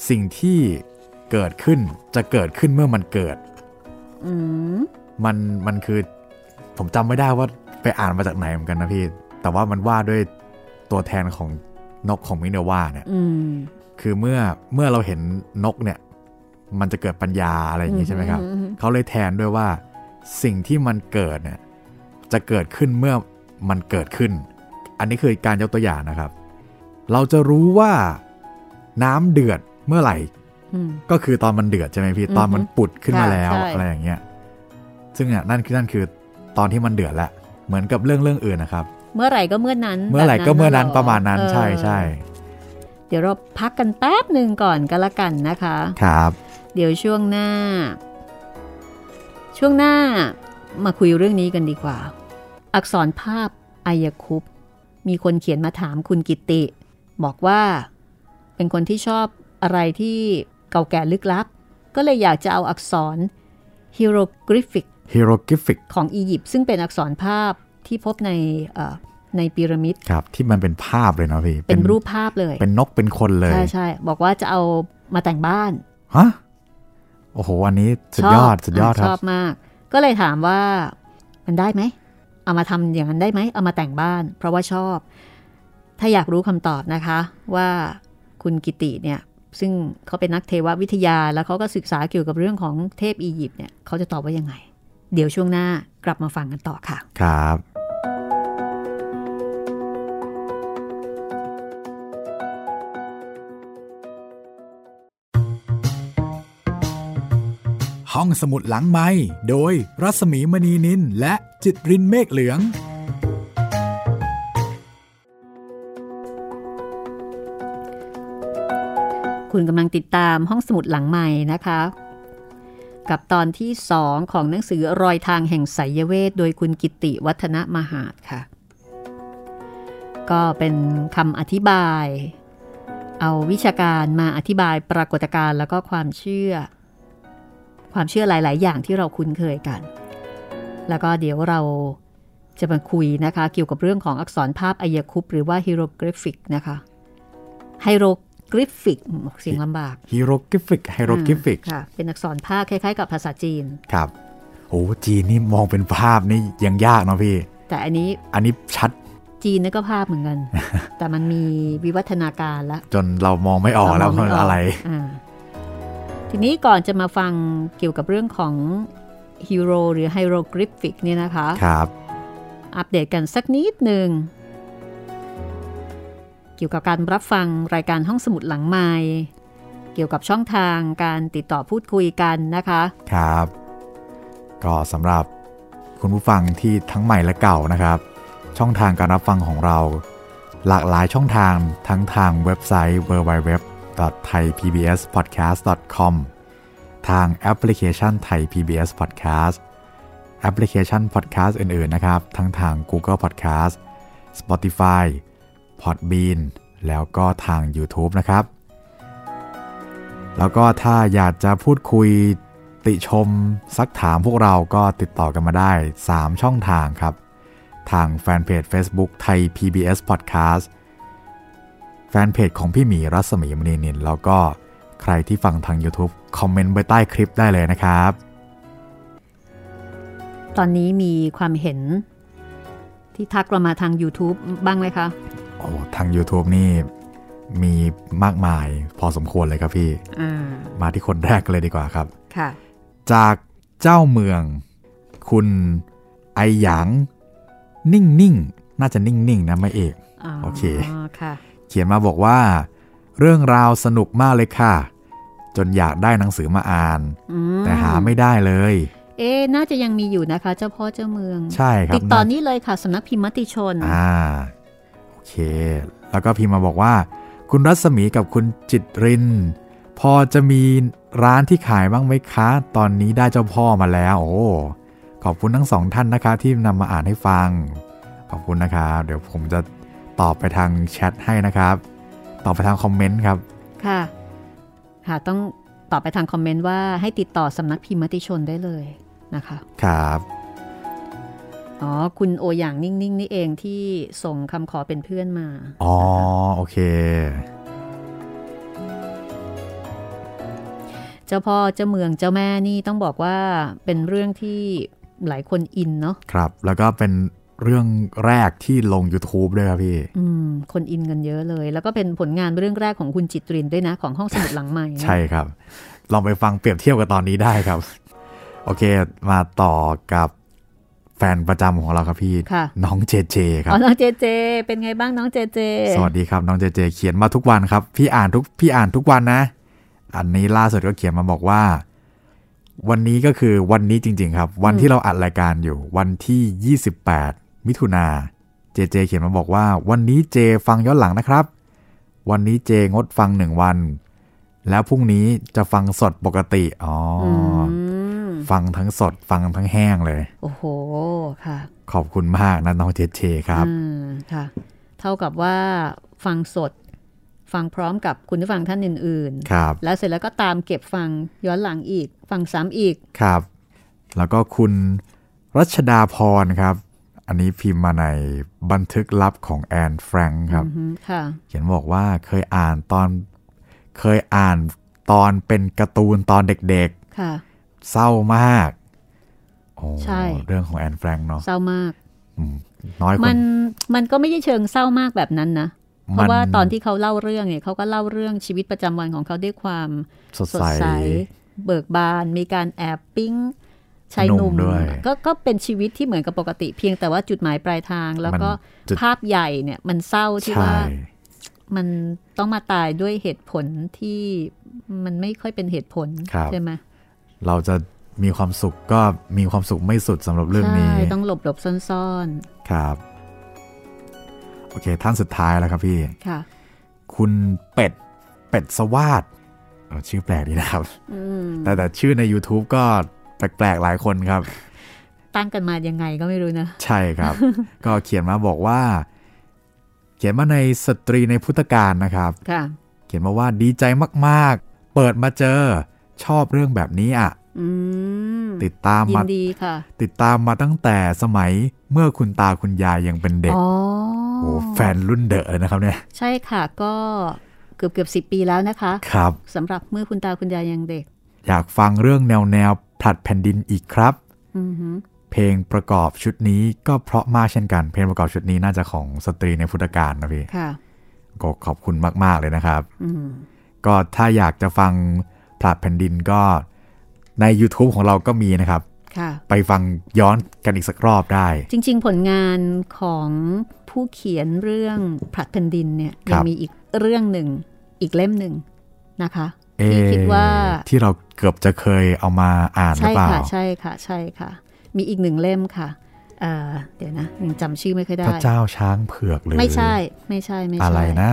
S3: สิ่งที่เกิดขึ้นจะเกิดขึ้นเมื่อมันเกิด
S2: อืม
S3: มันมันคือผมจำไม่ได้ว่าไปอ่านมาจากไหนเหมือนกันนะพี่ แต่ว่ามันว่าด้วยตัวแทนของนกของมิเนวาเนี่ย
S2: อืม
S3: คือเมื่อเมื่อเราเห็นนกเนี่ย มันจะเกิดปัญญาอะไรอย่างนี้ใช่ไหมครับ
S2: อืมอืมอืม
S3: เขาเลยแทนด้วยว่าสิ่งที่มันเกิดเนี่ย จะเกิดขึ้นเมื่อมันเกิดขึ้น อันนี้คือการยกตัวอย่างนะครับ เราจะรู้ว่าน้ำเดือดเมื่อไหร่
S2: อืม
S3: ก็คือตอนมันเดือดใช่ไหมพี่
S2: อือฮึ
S3: ตอนมันปุดขึ้นมา
S2: ค่ะ
S3: แล้ว
S2: ใช่
S3: อะไรอย่างเงี้ยซึ่งเนี่ยนั่นคือนั่นคือตอนที่มันเดือดแล้วเหมือนกับเรื่องเรื่องอื่นนะครับ
S2: เมื่อไหร่ก็เมื่อนั้น
S3: เมื่อไหร่ก็เมื่อนั้น
S2: แบบ
S3: ประมาณนั้น
S2: เออ
S3: ใช่ใช่
S2: เดี๋ยวเราพักกันแป๊บหนึ่งก่อนก็แล้วกันนะคะ
S3: ครับ
S2: เดี๋ยวช่วงหน้า ช่วงหน้ามาคุยเรื่องนี้กันดีกว่า อักษรภาพอายคุปต์มีคนเขียนมาถามคุณกิตติ บอกว่าเป็นคนที่ชอบอะไรที่เก่าแก่ลึกลับ ก็เลยอยากจะเอาอักษรฮิโรกริฟิก
S3: hieroglyphic
S2: ของอียิปต์ซึ่งเป็นอักษรภาพที่พบในเอ่อในพีระมิด
S3: ครับ ที่มันเป็นภาพเลยเนาะพี่
S2: เป็นรูปภาพเลย
S3: เป็นนกเป็นคนเลย
S2: ใช่ใช่บอกว่าจะเอามาแต่งบ้าน
S3: ฮะโอ้โหอันนี้สุดยอด
S2: ชบ
S3: สุดยอดค
S2: ช
S3: รั
S2: อ
S3: บบ
S2: มาก ก็เลยถามว่ามันได้ไหม เอามาทำอย่างนั้นได้ไหม เอามาแต่งบ้าน เพราะว่าชอบ ถ้าอยากรู้คำตอบนะคะ ว่าคุณกิติเนี่ย ซึ่งเขาเป็นนักเทววิทยาแล้วเขาก็ศึกษาเกี่ยวกับเรื่องของเทพอียิปต์เนี่ยเขาจะตอบว่ายังไง เดี๋ยวช่วงหน้ากลับมาฟังกันต่อค่ะ
S3: ครับ
S1: ห้องสมุดหลังไม้โดยรัสมีมณีนินและจิตรินเมฆเหลือง
S2: คุณกำลังติดตามห้องสมุดหลังใหม่นะคะ กับตอนที่ 2 ของหนังสือรอยทางแห่งสายเวท โดยคุณกิติวัฒนมหาดค่ะ ก็เป็นคำอธิบาย เอาวิชาการมาอธิบายปรากฏการณ์แล้วก็ความเชื่อ ความเชื่อหลาย ๆ อย่างที่เราคุ้นเคยกัน แล้วก็เดี๋ยวเราจะมาคุยนะคะ เกี่ยวกับเรื่องของอักษรภาพอายคุปต์หรือว่าฮีโรกริฟิกนะคะไฮโรกริฟิกเสียงลำบาก
S3: hieroglyphic hieroglyphic
S2: อ่าค่ะเป็นอักษรภาคคล้ายๆกับภาษาจีน
S3: ครับ โอ้จีนนี่มองเป็นภาพนี่ยังยากเนาะพี่
S2: แต่อันนี้
S3: อันนี้ชัด
S2: จีนนี่ก็ภาพเหมือนกัน แต่มันมีวิวัฒนาการละ
S3: จนเรามองไม่ออกแล้ว
S2: เาม
S3: มั
S2: ง
S3: น
S2: ม่ก
S3: อะไร
S2: าทีนี้ก่อนจะมาฟังเกี่ยวกับเรื่องของฮีโร่หรือไฮโรกริฟิกเนี่ยนะคะ
S3: ครับ
S2: อัปเดตกันสักนิดหนึ่ง เกี่ยวกับการรับฟังรายการห้องสมุดหลังไม้เกี่ยวกับช่องทางการติดต่อพูดคุยกันนะคะ
S3: ครับ ก็สำหรับคุณผู้ฟังที่ทั้งใหม่และเก่านะครับ ช่องทางการรับฟังของเรา หลากหลายช่องทางทั้งทางเว็บไซต์ www.thaipbspodcast.com ทางแอปพลิเคชัน Thai PBS Podcast แอปพลิเคชัน Podcast อื่น ๆ นะครับ ทั้งทาง Google Podcast Spotify Podbean แล้วก็ทาง YouTube นะครับ แล้วก็ถ้าอยากจะพูดคุยติชมซักถามพวกเราก็ติดต่อกันมาได้ 3 ช่องทางครับ ทางแฟนเพจ Facebook ไทย PBS Podcast แฟนเพจของพี่หมีรัศมีมณีนิน แล้วก็ใครที่ฟังทาง YouTube คอมเมนต์ไว้ใต้คลิปได้เลยนะครับ
S2: ตอนนี้มีความเห็น ที่ทักเรามาทาง YouTube บ้างไหมคะ
S3: โอ้ทาง YouTube นี่มีมากมายพอสมควรเลยครับพี่
S2: อ่า
S3: มาที่คนแรกเลยดีกว่าครับ
S2: ค่ะ
S3: จากเจ้าเมือง คุณไอหยาง นิ่งนิ่งๆน่าจะนิ่งนิ่งๆนะไม่เอก โอเค
S2: ค่ะ
S3: เขียนมาบอกว่า เรื่องราวสนุกมากเลยค่ะ จนอยากได้หนังสือมาอ่าน
S2: อืม
S3: แต่หาไม่ได้เลย
S2: เอ๊ะน่าจะยังมีอยู่นะคะ เจ้าพ่อเจ้าเมือง
S3: ใช่ครับ
S2: ติดต่อ
S3: น่า
S2: นี้เลยค่ะสำนักพิมพ์มติชน
S3: อ่าโอเค แล้วก็พิมพ์มาบอกว่า คุณรัศมีกับคุณจิตริน พอจะมีร้านที่ขายบ้างไหมคะ ตอนนี้ได้เจ้าพ่อมาแล้ว โอ้ขอบคุณทั้งสองท่านนะคะที่นำมาอ่านให้ฟัง ขอบคุณนะครับเดี๋ยวผมจะตอบไปทางแชทให้นะครับ ตอบไปทางคอมเมนต์ครับ
S2: ค่ะ ค่ะ ต้องตอบไปทางคอมเมนต์ว่าให้ติดต่อสำนักพิมพ์มติชนได้เลยนะคะ
S3: ครับ
S2: อ๋อ คุณโออย่างนิ่ง ๆ นี่เองที่ส่งคำขอเป็นเพื่อนมา
S3: อ๋อ โอเค
S2: เจ้าพ่อเจ้าเมืองเจ้าแม่นี่ต้องบอกว่าเป็นเรื่องที่หลายคนอินเนาะ
S3: ครับ แล้วก็เป็นเรื่องแรกที่ลง YouTube ด้วยครับพี่
S2: อืม คนอินกันเยอะเลย แล้วก็เป็นผลงานเรื่องแรกของคุณจิตรินด้วยนะ ของห้องสมุดหลังใหม่นะ
S3: ใช่ครับ ลองไปฟังเปรียบเทียบกับตอนนี้ได้ครับ โอเค มาต่อกับแฟนประจำของเราครับพี่
S2: ค่ะ
S3: น้องเจเจครั
S2: อ๋
S3: บ
S2: อ น้องเจเจ เป็นไงบ้างน้องเจเจ
S3: สวัสดีครับ น้องเจเจ เขียนมาทุกวันครับ พี่อ่านทุกพี่อ่านทุกวันนะ อันนี้ล่าสุดก็เขียนมาบอกว่า วันนี้ก็คือวันนี้จริง ๆ ครับ วันที่เราอัดรายการอยู่ วันที่ 28 มิถุนาเจเจ เขียนมาบอกว่า วันนี้เจฟังย้อนหลังนะครับ วันนี้เจงดฟังหนึ่งวัน แล้วพรุ่งนี้จะฟังสดปกติอ๋ออ
S2: อืม
S3: ฟังทั้งสดฟังทั้งแห้งเลย
S2: โอ้โห ค่ะ
S3: ขอบคุณมากนะน้องเจเจครับ
S2: อืมค่ะ เท่ากับว่าฟังสด ฟังพร้อมกับคุณผู้ฟังท่านอื่น
S3: ครับ
S2: ๆ แล้วเสร็จแล้วก็ตามเก็บฟังย้อนหลังอีก ฟังซ้ำอีก
S3: ครับ แล้วก็คุณรัชดาพรครับ อันนี้พิมพ์มาในบันทึกลับของแอนแฟรงค์ครับ
S2: อืมค่ะ
S3: เขียนบอกว่าเคยอ่านตอนเคยอ่านตอนเป็นการ์ตูนตอนเด็ก
S2: ค่ะ
S3: ๆ เศร้ามากโอ้
S2: ใช่
S3: เรื่องของแอนแฟรงค์เนาะ
S2: เศร้ามาก
S3: อืมน้อยค
S2: มัน น มันก็ไม่ได้เชิงเศร้ามากแบบนั้นนะ เพ
S3: มัน
S2: ราะว่าตอนที่เขาเล่าเรื่องเนี่ยเขาก็เล่าเรื่องชีวิตประจำวันของเขาด้วยความ
S3: สด
S2: ส
S3: ใส
S2: ดใส เบิกบาน มีการแอบปิ้งชายหนุ่ม
S3: หนุ่มด้วย
S2: ก็ก็เป็นชีวิตที่เหมือนกับปกติ เพียงแต่ว่าจุดหมายปลายทาง แล้วก็
S3: จุด
S2: ภาพใหญ่เนี่ยมันเศร้าที่
S3: ใช่
S2: ว่ามันต้องมาตายด้วยเหตุผลที่มันไม่ค่อยเป็นเหตุผล
S3: ครับ
S2: ใช่ไหม
S3: เราจะมีความสุขก็มีความสุขไม่สุดสำหรับเรื่อง
S2: ใช่
S3: นี้
S2: ต้องหลบหลบๆซ่อน
S3: ครับ โอเค ท่านสุดท้ายแล้วครับพี่
S2: ๆ ค่ะ
S3: คุณเป็ด เป็ดสวาดเอ่อชื่อแปลกดีนะครับ
S2: อืม
S3: แต่แต่ชื่อใน YouTube ก็แปลกๆ หลายคนครับ
S2: ตั้งกันมายังไงก็ไม่รู้นะ
S3: ใช่ ครับ ก็เขียนมาบอกว่า เขียนมาในสตรีในพุทธการนะครับ
S2: ค่ะ
S3: เขียนมาว่าดีใจมากๆ เปิดมาเจอ ชอบเรื่องแบบนี้อ่ะ
S2: อืม
S3: ติดตาม
S2: ยิ
S3: มาน
S2: ดีค่ะ
S3: ติดตามมาตั้งแต่สมัยเมื่อคุณตาคุณยายยังเป็นเด็ก
S2: อ๋อ
S3: โอ้แฟนรุ่นเดอะเลยนะครับเนี่ย
S2: ใช่ค่ะก็เกือบเกือบสิปีแล้วนะคะ
S3: ครับ
S2: สำหรับเมื่อคุณตาคุณยายยังเด็ก
S3: อยากฟังเรื่องแนวแนวๆผลัดแผ่นดินอีกครับ
S2: อือหือ
S3: เพลงประกอบชุดนี้ก็เพราะมากเช่นกัน เพลงประกอบชุดนี้น่าจะของสตรีในพุทธกาลนะพี่
S2: ค่ะ
S3: ก็ขอบคุณมาก ๆ เลยนะครับ
S2: อืม
S3: ก็ถ้าอยากจะฟังผลัดแผ่นดินก็ใน YouTube ของเราก็มีนะครับ
S2: ค่ะ
S3: ไปฟังย้อนกันอีกสักรอบได้
S2: จริง ๆ ผลงานของผู้เขียนเรื่องผลัดแผ่นดินเนี่ย
S3: ครั
S2: ยั
S3: บ
S2: มีอีกเรื่องหนึ่งอีกเล่มหนึ่งนะคะ
S3: เอ๊ะ
S2: คิดว่า
S3: ที่เราเกือบจะเคยเอามาอ่านหรื
S2: ใช่
S3: อเปล่า
S2: ค่ะใช่ค่ะใช่ค่ะ มีอีกหนึ่งเล่มค่ะเอ่อเดี๋ยวนะยังจำชื่อไม่ค่อยได้
S3: พระเจ้าช้างเผือกหรือ
S2: ไม่ใช่ไม่ใช่ไม่ใช่
S3: อะไรนะ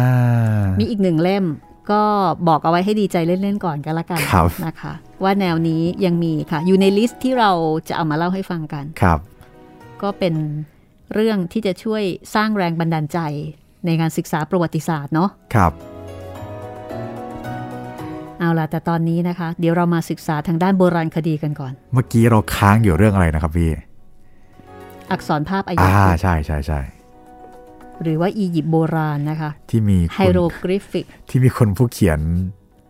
S2: มีอีกหนึ่งเล่มก็บอกเอาไว้ให้ดีใจเล่นๆก่อนกันละกัน
S3: ครับ
S2: นะคะ ว่าแนวนี้ยังมีค่ะ อยู่ในลิสต์ที่เราจะเอามาเล่าให้ฟังกัน
S3: ครับ
S2: ก็เป็นเรื่องที่จะช่วยสร้างแรงบันดาลใจในการศึกษาประวัติศาสตร์เนาะ
S3: ครับ
S2: เอาล่ะแต่ตอนนี้นะคะ เดี๋ยวเรามาศึกษาทางด้านโบราณคดีกันก่อน
S3: เมื่อกี้เราค้างอยู่เรื่องอะไรนะครับพี่
S2: อักษรภาพอายุ
S3: อ่าใช่ใช่ใช่
S2: หรือว่าอียิปต์โบราณนะคะ
S3: ที่มี
S2: ไฮ
S3: คุณ
S2: โรกริฟิก
S3: ที่มีคนผู้เขียน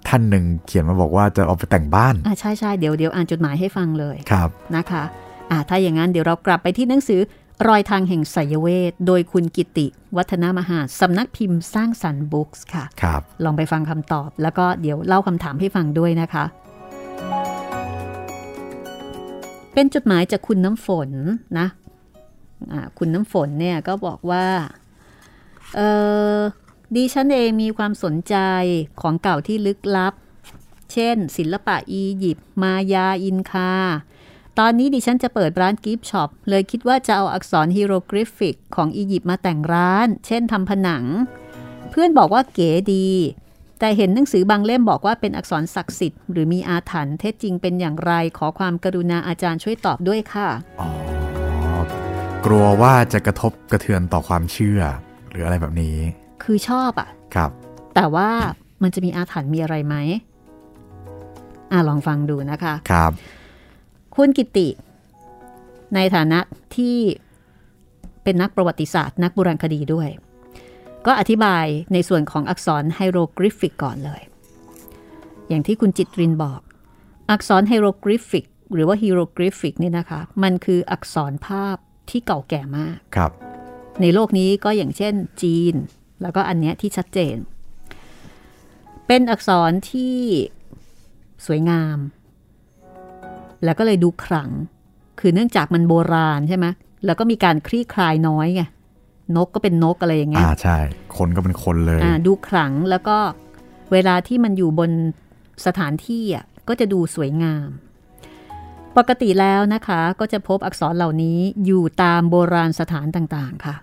S3: ท่านหนึ่งเขียนมาบอกว่าจะเอาไปแต่งบ้าน
S2: อ่าใช่ใช่เดี๋ยวเดี๋ยวอ่านจดหมายให้ฟังเลย
S3: ครับ
S2: นะคะอ่าถ้าอย่างนั้นเดี๋ยวเรากลับไปที่หนังสือรอยทางแห่งไสยเวท โดยคุณกิติ วัฒนามหาสำนักพิมพ์สร้างสรรค์บุ๊กส์ค่ะ
S3: ครับ
S2: ลองไปฟังคำตอบ แล้วก็เดี๋ยวเล่าคำถามให้ฟังด้วยนะคะ เป็นจดหมายจากคุณน้ำฝนนะอ่าคุณน้ำฝนเนี่ยก็บอกว่าเออดีฉันเองมีความสนใจของเก่าที่ลึกลับ เช่น ศิลปะอียิปต์มายาอินคา ตอนนี้ดิฉันจะเปิดร้านกิฟต์ช็อปเลยคิดว่าจะเอาอักษรฮีโรกริฟิกของอียิปต์มาแต่งร้าน เช่นทำผนัง เพื่อนบอกว่าเก๋ดี แต่เห็นหนังสือบางเล่มบอกว่าเป็นอักษรศักดิ์สิทธิ์หรือมีอาถรรพ์เท็จจริงเป็นอย่างไร ขอความกรุณาอาจารย์ช่วยตอบด้วยค่ะ
S3: อ๋อกลัวว่าจะกระทบกระเทือนต่อความเชื่อ หรืออะไรแบบนี้
S2: คือชอบอะ
S3: ครับ
S2: แต่ว่ามันจะมีอาถรรพ์มีอะไรไหมอ่ะลองฟังดูนะคะ
S3: ครับ
S2: คุณกิติ ในฐานะที่เป็นนักประวัติศาสตร์ นักโบราณคดีด้วย ก็อธิบายในส่วนของอักษรไฮโรกริฟิกก่อนเลย อย่างที่คุณจิตรินบอก อักษรไฮโรกริฟิก หรือว่าฮีโรกริฟิกนี่นะคะ มันคืออักษรภาพที่เก่าแก่มาก
S3: ครับ
S2: ในโลกนี้ก็อย่างเช่นจีน แล้วก็อันเนี้ยที่ชัดเจน เป็นอักษรที่สวยงาม แล้วก็เลยดูขลัง คือเนื่องจากมันโบราณใช่ไหมแล้วก็มีการคลี่คลายน้อยไงนกก็เป็นนกอะไรอย่างเงี้ย
S3: อ่าใช่ คนก็เป็นคนเลย
S2: อ่าดูขลังแล้วก็เวลาที่มันอยู่บนสถานที่อ่ะก็จะดูสวยงาม ปกติแล้วนะคะ ก็จะพบอักษรเหล่านี้อยู่ตามโบราณสถานต่างๆค่ะ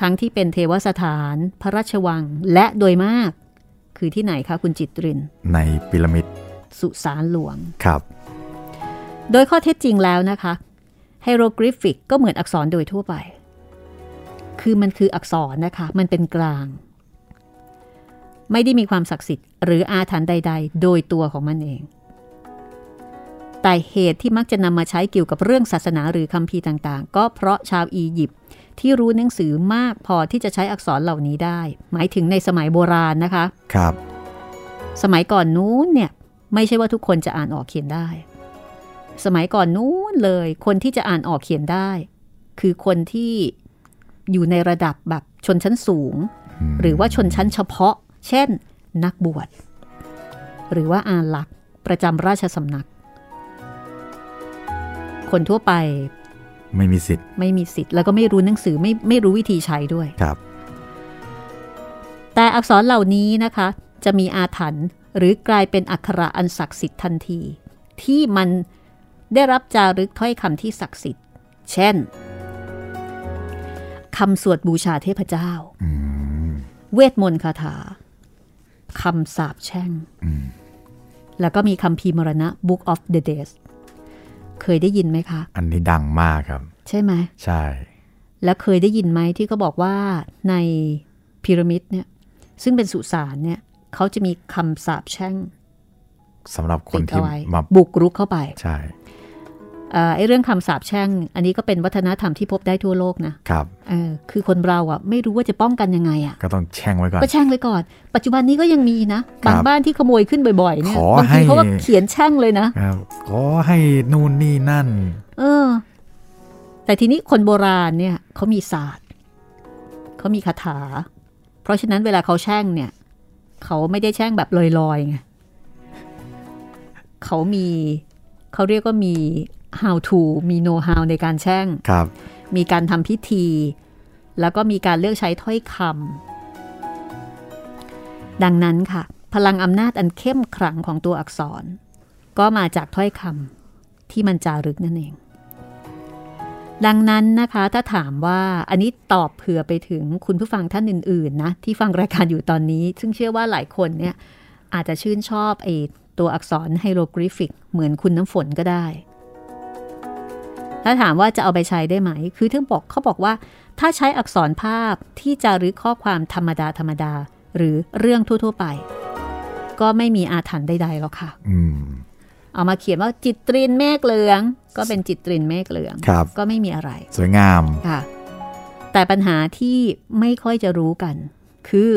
S2: ทั้งที่เป็นเทวสถาน พระราชวัง และโดยมาก คือที่ไหนคะคุณจิตริน
S3: ในพีระมิด
S2: สุสานหลวง
S3: ครับ
S2: โดยข้อเท็จจริงแล้วนะคะไฮโรกริฟิกก็เหมือนอักษรโดยทั่วไป คือมันคืออักษรนะคะ มันเป็นกลาง ไม่ได้มีความศักดิ์สิทธิ์หรืออาถรรพ์ใด ๆ โดยตัวของมันเอง แต่เหตุที่มักจะนำมาใช้เกี่ยวกับเรื่องศาสนาหรือคัมภีร์ต่างๆ ก็เพราะชาวอียิปต์ที่รู้หนังสือมากพอที่จะใช้อักษรเหล่านี้ได้ หมายถึงในสมัยโบราณนะคะ
S3: ครับ
S2: สมัยก่อนนู้นเนี่ยไม่ใช่ว่าทุกคนจะอ่านออกเขียนได้ สมัยก่อนนู้นเลยคนที่จะอ่านออกเขียนได้ คือคนที่อยู่ในระดับแบบชนชั้นสูง
S3: อืม
S2: หรือว่าชนชั้นเฉพาะ เช่น นักบวชหรือว่าอาลักษ์ประจำราชสำนัก คนทั่วไป
S3: ไม่มีสิทธิ์
S2: ไม่มีสิทธิ์แล้วก็ไม่รู้หนังสือไม่ไม่รู้วิธีใช้ด้วย
S3: ครับ
S2: แต่อักษรเหล่านี้นะคะ จะมีอาถรรพ์หรือกลายเป็นอักขระอันศักดิ์สิทธิ์ทันที ที่มันได้รับจารึกถ้อยคำที่ศักดิ์สิทธิ์ เช่นคำสวดบูชาเทพเจ้า เวทมนต์คาถาคำสาปแช่ง แล้วก็มีคำพีร์มรณะ Book of the Dead เคยได้ยินไหมคะ
S3: อันนี้ดังมากครับ
S2: ใช่ไหม
S3: ใช่
S2: แล้วเคยได้ยินไหมที่เขาบอกว่าในพีระมิดเนี่ยซึ่งเป็นสุสานเนี่ยเขาจะมีคำสาปแช่ง
S3: สำหรับค
S2: ติ
S3: น
S2: ด
S3: ที่
S2: เอาไว้
S3: มา
S2: บุกรุกเข้าไป
S3: ใช่
S2: เอ่อไอ้เรื่องคำสาปแช่ง อันนี้ก็เป็นวัฒนธรรมที่พบได้ทั่วโลกนะครับ เออคือคนเราอ่ะไม่รู้ว่าจะป้องกันยังไงอ่ะ
S3: ก็ต้องแช่งไว้ก่อน
S2: ก็แช่งไว้ก่อน ปัจจุบันนี้ก็ยังมีนะ บา
S3: ค
S2: ง
S3: รับ
S2: บ้านที่ขโมยขึ้นบ่อยๆเนี่ย
S3: ขอบ
S2: างที
S3: ให้
S2: เขาก็เขียนแช่งเลยนะ
S3: ครับขอให้นู่นนี่นั่น
S2: เออ แต่ทีนี้คนโบราณเนี่ยเขามีศาสตร์เขามีคาถา เพราะฉะนั้นเวลาเขาแช่งเนี่ยเขาไม่ได้แช่งแบบลอยๆไงเขามีเขาเรียกว่ามี how to มี know how ในการแช่ง
S3: ครับ
S2: มีการทำพิธี แล้วก็มีการเลือกใช้ถ้อยคำดังนั้นค่ะ พลังอำนาจอันเข้มขลังของตัวอักษร ก็มาจากถ้อยคำที่มันจารึกนั่นเอง ดังนั้นนะคะ ถ้าถามว่าอันนี้ตอบเผื่อไปถึงคุณผู้ฟังท่านอื่นๆนะที่ฟังรายการอยู่ตอนนี้ ซึ่งเชื่อว่าหลายคนเนี่ยอาจจะชื่นชอบไอ้ตัวอักษรไฮโรกริฟิก เหมือนคุณน้ำฝนก็ได้ ถ้าถามว่าจะเอาไปใช้ได้ไหม คือเท่งบอกเขาบอกว่า ถ้าใช้อักษรภาพที่จะรึกข้อความธรรมดาธรรมดา หรือเรื่องทั่ว ๆ ไป ก็ไม่มีอาถรรพ์ใดๆหรอกค่ะ
S3: อืม
S2: เอามาเขียนว่าจิตตรินเมฆเหลือง ก็เป็นจิตตรินเมฆเหลือง
S3: ครับ
S2: ก็ไม่มีอะไร
S3: สวยงาม
S2: ค่ะ แต่ปัญหาที่ไม่ค่อยจะรู้กัน คือ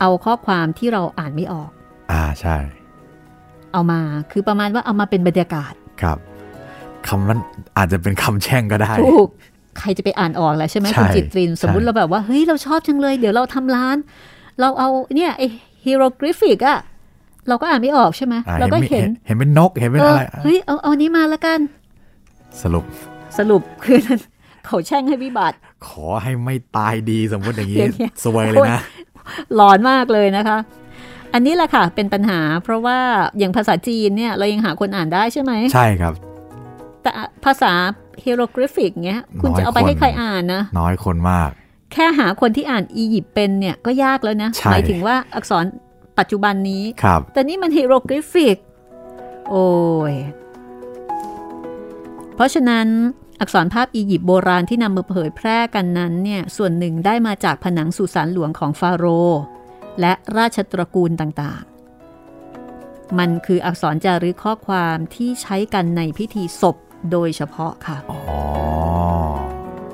S2: เอาข้อความที่เราอ่านไม่ออก
S3: อ่าใช่
S2: เอามา คือประมาณว่าเอามาเป็นบรรยากาศ
S3: ครับคำนั้นอาจจะเป็นคำแช่งก็ได้
S2: ถูก ใครจะไปอ่านออกแล้วใช่ไหม
S3: ใช่
S2: คุณจิตริน
S3: ใช่
S2: สมมุติเราแบบว่า เฮ้ย เราชอบจังเลย เดี๋ยวเราทำร้าน เราเอาเนี่ยไอฮีโรกริฟิกอะเราก็อ่านไม่ออกใช่ไหม
S3: อ่า
S2: เราก็เห็น
S3: เห็นเป็นนก เห็นเป็น
S2: เอ
S3: อะ
S2: อ
S3: ไร
S2: เฮ้ย เอาเอานี้มาละกัน
S3: สรุป
S2: สรุปคือนั้นเขาแช่งให้วิบัติ
S3: ขอให้ไม่ตายดีสมมติอย่าง
S2: เดี๋
S3: นี้
S2: ยวเนี่ย
S3: สวยเลยนะ
S2: หลอนมากเลยนะคะ อันนี้แหละค่ะ เป็นปัญหา เพราะว่าอย่างภาษาจีนเนี่ย เรายังหาคนอ่านได้ใช่ไหม
S3: ใช่ครับ
S2: แต่ภาษาฮีโรกริฟิกเนี้ย คุณ
S3: น้อย
S2: จะเอาไป
S3: คน
S2: ให้ใครอ่านนะ
S3: น้อยคนมาก
S2: แค่หาคนที่อ่านอียิปต์เป็นเนี่ยก็ยากแล้วนะ
S3: ใช่
S2: หมายถึงว่าอักษรปัจจุบันนี้
S3: ครับ
S2: แต่นี่มันฮีโรกริฟิก โอ้ย เพราะฉะนั้นอักษรภาพอียิปต์โบราณที่นำมาเผยแพร่กันนั้นเนี่ย ส่วนหนึ่งได้มาจากผนังสุสานหลวงของฟาโรห์และราชตระกูลต่างๆ มันคืออักษรจารึกข้อความที่ใช้กันในพิธีศพโดยเฉพาะค่ะ
S3: อ๋อ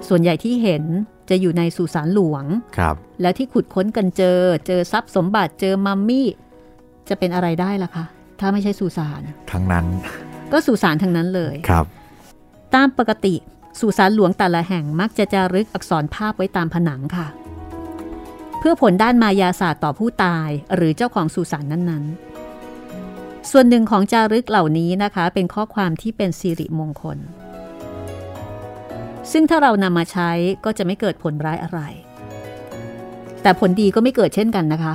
S2: ส่วนใหญ่ที่เห็นจะอยู่ในสุสานหลวง
S3: ครับ
S2: แล้วที่ขุดค้นกันเจอ เจอทรัพย์สมบัติ เจอมัมมี่ จะเป็นอะไรได้ล่ะคะ ถ้าไม่ใช่สุสาน
S3: ทั้งนั้น
S2: ก็สุสานทั้งนั้นเลย
S3: ครับ
S2: ตามปกติ สุสานหลวงแต่ละแห่งมักจะจารึกอักษรภาพไว้ตามผนังค่ะ เพื่อผลด้านมายาศาสตร์ต่อผู้ตายหรือเจ้าของสุสานนั้นๆ ส่วนหนึ่งของจารึกเหล่านี้นะคะ เป็นข้อความที่เป็นสิริมงคล ซึ่งถ้าเรานำมาใช้ก็จะไม่เกิดผลร้ายอะไร แต่ผลดีก็ไม่เกิดเช่นกันนะคะ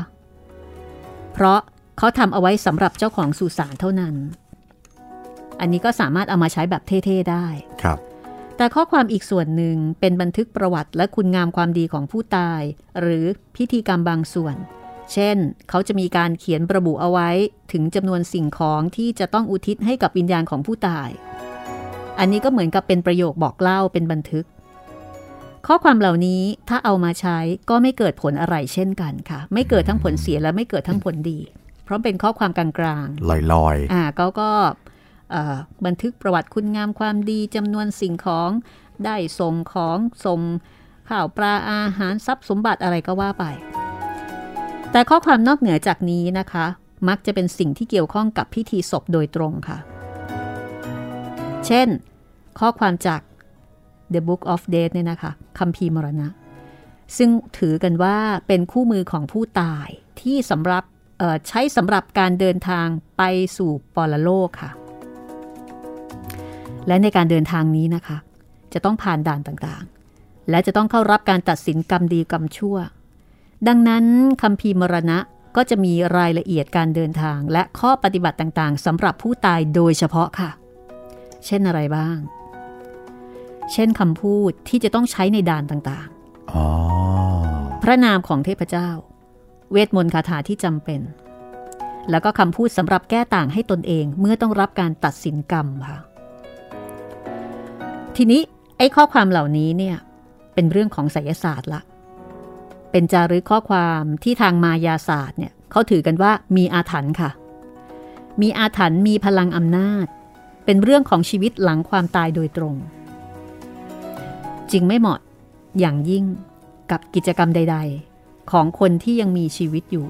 S2: เพราะเขาทำเอาไว้สำหรับเจ้าของสุสานเท่านั้น อันนี้ก็สามารถเอามาใช้แบบเท่ๆได้
S3: ครับ
S2: แต่ข้อความอีกส่วนหนึ่งเป็นบันทึกประวัติและคุณงามความดีของผู้ตาย หรือพิธีกรรมบางส่วน เช่น เขาจะมีการเขียนระบุเอาไว้ถึงจำนวนสิ่งของที่จะต้องอุทิศให้กับวิญญาณของผู้ตาย อันนี้ก็เหมือนกับเป็นประโยคบอกเล่าเป็นบันทึก ข้อความเหล่านี้ถ้าเอามาใช้ก็ไม่เกิดผลอะไรเช่นกันค่ะ ไม่เกิดทั้งผลเสียและไม่เกิดทั้งผลดี เพราะเป็นข้อความกลางๆ
S3: ลอยลอย
S2: อ่าเขาก็เอ่อบันทึกประวัติคุณงามความดีจำนวนสิ่งของได้ส่งของส่งข้าวปลาอาหารทรัพย์สมบัติอะไรก็ว่าไป แต่ข้อความนอกเหนือจากนี้นะคะ มักจะเป็นสิ่งที่เกี่ยวข้องกับพิธีศพโดยตรงค่ะ เช่น ข้อความจาก The Book of Death เนี่ยนะคะคัมภีร์มรณะ ซึ่งถือกันว่าเป็นคู่มือของผู้ตายที่สำหรับเอ่อใช้สำหรับการเดินทางไปสู่ปรโลกค่ะ และในการเดินทางนี้นะคะ จะต้องผ่านด่านต่างๆ และจะต้องเข้ารับการตัดสินกรรมดีกรรมชั่ว ดังนั้นคัมภีร์มรณะก็จะมีรายละเอียดการเดินทาง และข้อปฏิบัติต่างๆสำหรับผู้ตายโดยเฉพาะค่ะ เช่นอะไรบ้าง เช่นคำพูดที่จะต้องใช้ในด่านต่างๆ
S3: ๆอ๋อ
S2: พระนามของเทพเจ้า เวทมนต์คาถาที่จำเป็น แล้วก็คำพูดสำหรับแก้ต่างให้ตนเองเมื่อต้องรับการตัดสินกรรมค่ะ ทีนี้ไอ้ข้อความเหล่านี้เนี่ย เป็นเรื่องของไสยศาสตร์ละ เป็นจารึกข้อความที่ทางมายาศาสตร์เนี่ยเขาถือกันว่ามีอาถรรพ์ค่ะ มีอาถรรพ์มีพลังอำนาจ เป็นเรื่องของชีวิตหลังความตายโดยตรง จึงไม่เหมาะอย่างยิ่งกับกิจกรรมใด ๆ ของคนที่ยังมีชีวิตอยู่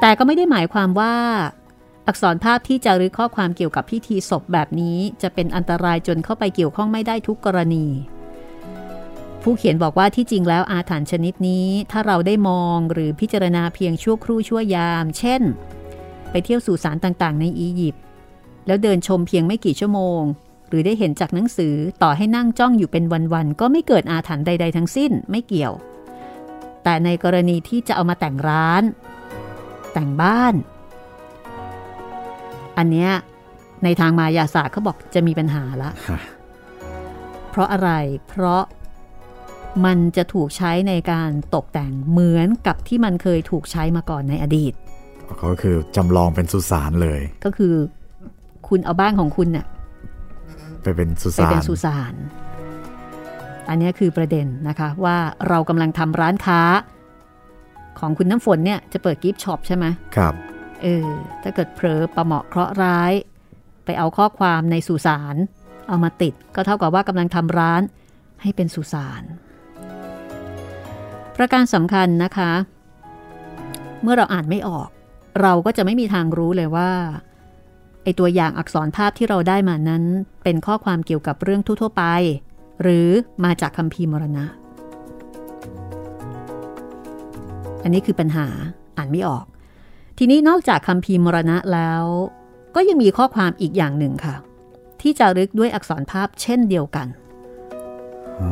S2: แต่ก็ไม่ได้หมายความว่า อักษรภาพที่จะรึกข้อความเกี่ยวกับพิธีศพแบบนี้จะเป็นอันตรายจนเข้าไปเกี่ยวข้องไม่ได้ทุกกรณี ผู้เขียนบอกว่าที่จริงแล้วอาถรรพ์ชนิดนี้ ถ้าเราได้มองหรือพิจารณาเพียงชั่วครู่ชั่วยาม เช่น ไปเที่ยวสู่สารต่างๆ ในอียิปต์แล้วเดินชมเพียงไม่กี่ชั่วโมง หรือได้เห็นจากหนังสือต่อให้นั่งจ้องอยู่เป็นวันๆก็ไม่เกิดอาถรรพ์ใด ๆ ทั้งสิ้นไม่เกี่ยว แต่ในกรณีที่จะเอามาแต่งร้าน แต่งบ้าน อันเนี้ยในทางมายาศาสตร์เขาบอกจะมีปัญหาละ
S3: ฮะ
S2: เพราะอะไร เพราะมันจะถูกใช้ในการตกแต่งเหมือนกับที่มันเคยถูกใช้มาก่อนในอดีต
S3: ก็คือจำลองเป็นสุสานเลย
S2: ก็คือคุณเอาบ้านของคุณเนี่ย
S3: ไปเป็นสุ
S2: ไป
S3: สา
S2: เป็น
S3: น
S2: สุสาน อันเนี้ยคือประเด็นนะคะว่าเรากำลังทำร้านค้า ของคุณน้ำฝนเนี่ยจะเปิดกิฟต์ช็อปใช่ไหม
S3: ครับ
S2: เออ ถ้าเกิดเผลอประเหมาะเคราะห์ร้าย ไปเอาข้อความในสุสานเอามาติดก็เท่ากับว่ากำลังทำร้านให้เป็นสุสาน ประการสำคัญนะคะ เมื่อเราอ่านไม่ออก เราก็จะไม่มีทางรู้เลยว่าไอตัวอย่างอักษรภาพที่เราได้มานั้น เป็นข้อความเกี่ยวกับเรื่องทั่วๆไป หรือมาจากคัมภีร์มรณะ อันนี้คือปัญหาอ่านไม่ออก ทีนี้นอกจากคำพีร์มรณะแล้ว ก็ยังมีข้อความอีกอย่างหนึ่งค่ะ ที่จะรึกด้วยอักษรภาพเช่นเดียวกัน
S3: อ๋อ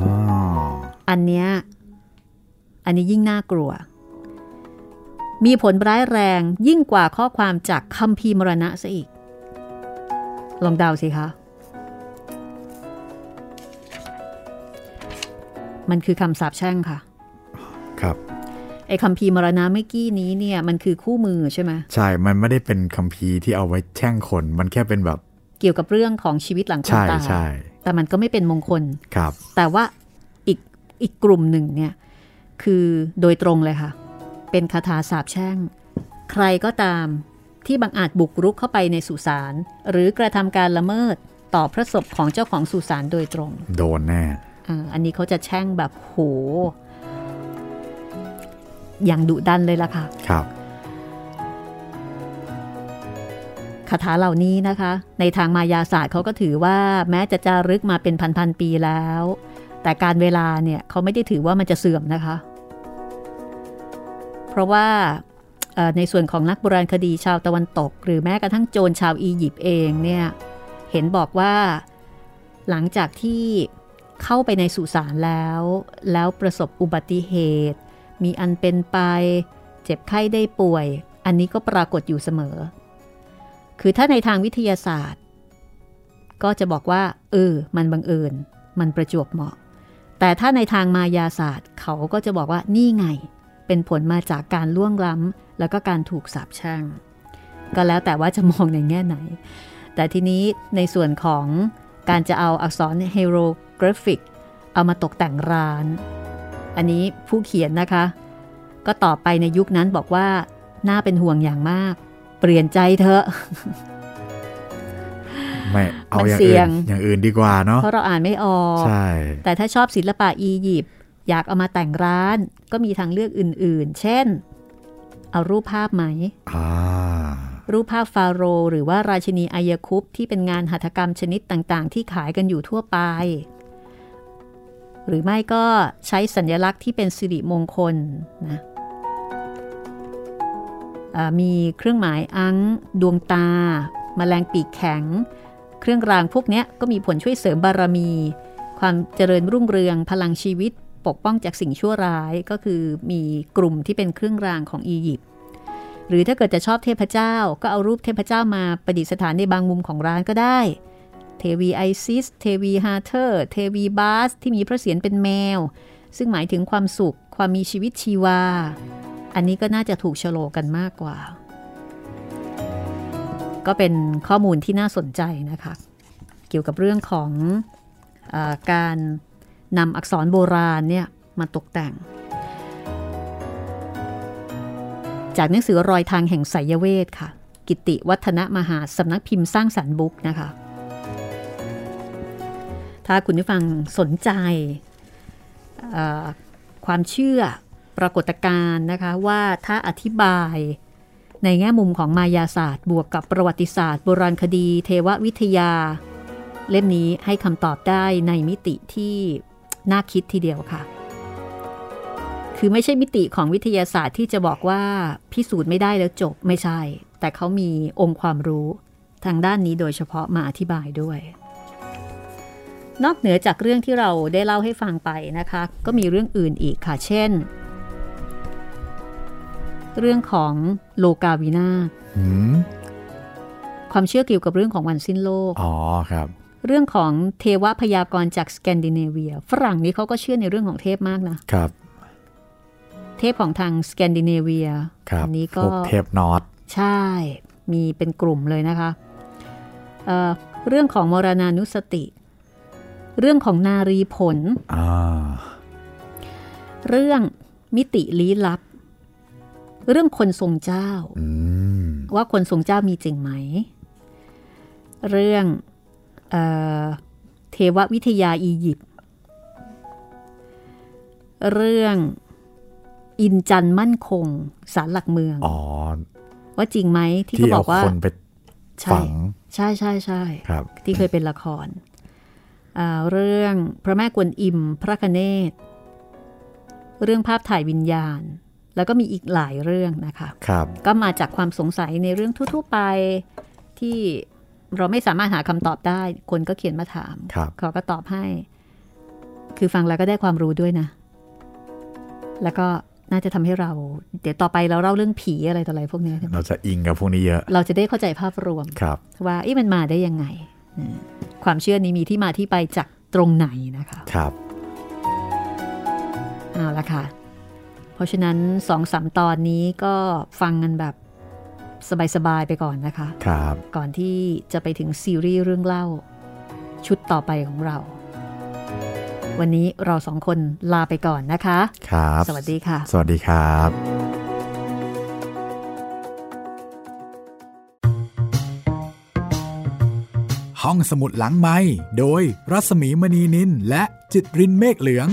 S2: อันเนี้ยอันนี้ยิ่งน่ากลัว มีผลร้ายแรงยิ่งกว่าข้อความจากคำพีร์มรณะซะอีก ลองเดาสิคะ มันคือคำสาปแช่งค่ะ
S3: ครับ
S2: ไอ้คำพีร์มรณะเมื่อกี้นี้เนี่ยมันคือคู่มือใช่ไหม
S3: ใช่ มันไม่ได้เป็นคัมภีร์ที่เอาไว้แช่งคน มันแค่เป็นแบบ
S2: เกี่ยวกับเรื่องของชีวิตหลังความ
S3: ใช่
S2: ตาย
S3: ใช่
S2: แต่มันก็ไม่เป็นมงคล
S3: ครับ
S2: แต่ว่าอีกอีกกลุ่มหนึ่งเนี่ยคือโดยตรงเลยค่ะ เป็นคาถาสาปแช่ง ใครก็ตามที่บังอาจบุกรุกเข้าไปในสุสานหรือกระทำการละเมิดต่อพระศพของเจ้าของสุสานโดยตรง
S3: โดนแน่
S2: อ่าอันนี้เขาจะแช่งแบบโห อย่างดุดันเลยล่ะค่ะ
S3: ครับ
S2: คาถาเหล่านี้นะคะ ในทางมายาศาสตร์เขาก็ถือว่าแม้จะจารึกมาเป็นพันๆปีแล้ว แต่การเวลาเนี่ยเขาไม่ได้ถือว่ามันจะเสื่อมนะคะ เพราะว่าเอ่อในส่วนของนักโบราณคดีชาวตะวันตก หรือแม้กระทั่งโจรชาวอียิปต์เองเนี่ยเห็นบอกว่าหลังจากที่เข้าไปในสุสานแล้ว แล้วประสบอุบัติเหตุ มีอันเป็นไป เจ็บไข้ได้ป่วย อันนี้ก็ปรากฏอยู่เสมอ คือถ้าในทางวิทยาศาสตร์ ก็จะบอกว่า เออ มันบังเอิญ มันประจวบเหมาะ แต่ถ้าในทางมายาศาสตร์ เขาก็จะบอกว่านี่ไง เป็นผลมาจากการล่วงล้ำแล้วก็การถูกสาปแช่งก็แล้วแต่ว่าจะมองในแง่ไหน แต่ทีนี้ในส่วนของการจะเอาอักษรเฮโรกราฟิก เอามาตกแต่งร้าน อันนี้ผู้เขียนนะคะ ก็ต่อบไปในยุคนั้นบอกว่าน่าเป็นห่วงอย่างมาก เปลี่ยนใจเถอะ
S3: ไม่ เอา
S2: มัน
S3: อย่าง
S2: เสี่
S3: อื่
S2: ยง
S3: น อย่างอื่นดีกว่าเนาะ
S2: เพราะเราอ่านไม่ออก
S3: ใช่
S2: แต่ถ้าชอบศิลปะอียิปต์อยากเอามาแต่งร้าน ก็มีทางเลือกอื่นๆ เช่น เอารูปภาพไหม
S3: อ่า
S2: รูปภาพฟาโรห์หรือว่าราชินีอายาคุปต์ที่เป็นงานหัตถกรรมชนิดต่างๆ ที่ขายกันอยู่ทั่วไป หรือไม่ก็ใช้สัญลักษณ์ที่เป็นสิริมงคลนะเอ่อมีเครื่องหมายอังดวงตา แมลงปีกแข็ง เครื่องรางพวกเนี้ยก็มีผลช่วยเสริมบารมี ความเจริญรุ่งเรืองพลังชีวิต ปกป้องจากสิ่งชั่วร้ายก็คือมีกลุ่มที่เป็นเครื่องรางของอียิปต์ หรือถ้าเกิดจะชอบเทพเจ้า ก็เอารูปเทพเจ้ามาประดิษฐานในบางมุมของร้านก็ได้ เทวีไอซิส เทวีฮาเทอร์ เทวีบาส ที่มีพระเศียรเป็นแมว ซึ่งหมายถึงความสุข ความมีชีวิตชีวา อันนี้ก็น่าจะถูกโฉลกกันมากกว่า ก็เป็นข้อมูลที่น่าสนใจนะคะ เกี่ยวกับเรื่องของเออการนำอักษรโบราณเนี่ยมาตกแต่ง จากหนังสือรอยทางแห่งไสยเวทค่ะ กิติวัฒนมหาสำนักพิมพ์สร้างสรรค์บุ๊กนะคะ ถ้าคุณผู้ฟังสนใจเอ่อความเชื่อปรากฏการณ์นะคะ ว่าถ้าอธิบายในแง่มุมของมายาศาสตร์ บวกกับประวัติศาสตร์ โบราณคดี เทววิทยา เล่มนี้ให้คำตอบได้ในมิติที่น่าคิดทีเดียวค่ะ คือไม่ใช่มิติของวิทยาศาสตร์ที่จะบอกว่าพิสูจน์ไม่ได้แล้วจบไม่ใช่ แต่เขามีองค์ความรู้ทางด้านนี้โดยเฉพาะมาอธิบายด้วย นอกเหนือจากเรื่องที่เราได้เล่าให้ฟังไปนะคะ ก็มีเรื่องอื่นอีกค่ะ เช่น เรื่องของโลกาวินาศ
S3: อืม
S2: ความเชื่อเกี่ยวกับเรื่องของวันสิ้นโลก
S3: อ๋อครับ
S2: เรื่องของเทวพยากรณ์จากสแกนดิเนเวีย ฝรั่งนี้เขาก็เชื่อในเรื่องของเทพมากนะครับเทพของทางสแกนดิเนเวีย
S3: ครับ
S2: อันี้ก็
S3: พวกเทปนอต
S2: ใช่ มีเป็นกลุ่มเลยนะคะเอ่อเรื่องของมรณานุสติ เรื่องของนารีผล
S3: อ่า
S2: เรื่องมิติลี้ลับ เรื่องคนทรงเจ้า
S3: อืม
S2: ว่าคนทรงเจ้ามีจริงไหม เรื่องเออเทววิทยาอียิปต์ เรื่องอินจันทร์มั่นคงสารหลักเมือง
S3: อ๋อ
S2: ว่าจริงไหมที่
S3: ที่
S2: เขาบ
S3: เอา
S2: อกว่า
S3: คนไป
S2: ใช่
S3: ฝัง
S2: ใช่ใช่ใช่
S3: ครับ
S2: ที่เคยเป็นละครเอ่อเรื่องพระแม่กวนอิม พระคเนศเรื่องภาพถ่ายวิญญาณ แล้วก็มีอีกหลายเรื่องนะคะ
S3: ครับ
S2: ก็มาจากความสงสัยในเรื่องทั่วๆไปที่เราไม่สามารถหาคำตอบได้ คนก็เขียนมาถาม
S3: ครับ
S2: เขาก็ตอบให้ คือฟังแล้วก็ได้ความรู้ด้วยนะ แล้วก็น่าจะทำให้เรา เดี๋ยวต่อไปเราเล่าเรื่องผีอะไรต่ออะไรพวกเนี้ย
S3: เราจะอิงกับพวกนี้เยอะ
S2: เราจะได้เข้าใจภาพรวม
S3: ครับ
S2: ว่าเอ๊ะมันมาได้ยังไงอืมความเชื่อนี้มีที่มาที่ไปจากตรงไหนนะคะ
S3: ครับ
S2: เอาละค่ะ เพราะฉะนั้นสองสามตอนนี้ก็ฟังกันแบบสบาย ๆ ไปก่อนนะคะ
S3: ครับ
S2: ก่อนที่จะไปถึงซีรีส์เรื่องเล่า ชุดต่อไปของเรา วันนี้เราสองคนลาไปก่อนนะคะ
S3: ครับ
S2: สวัสดีค่ะ
S3: สวัสดีครับ
S1: ห้องสมุดหลังไม้โดยรัสมีมณีนินและจิตรินเมฆเหลือง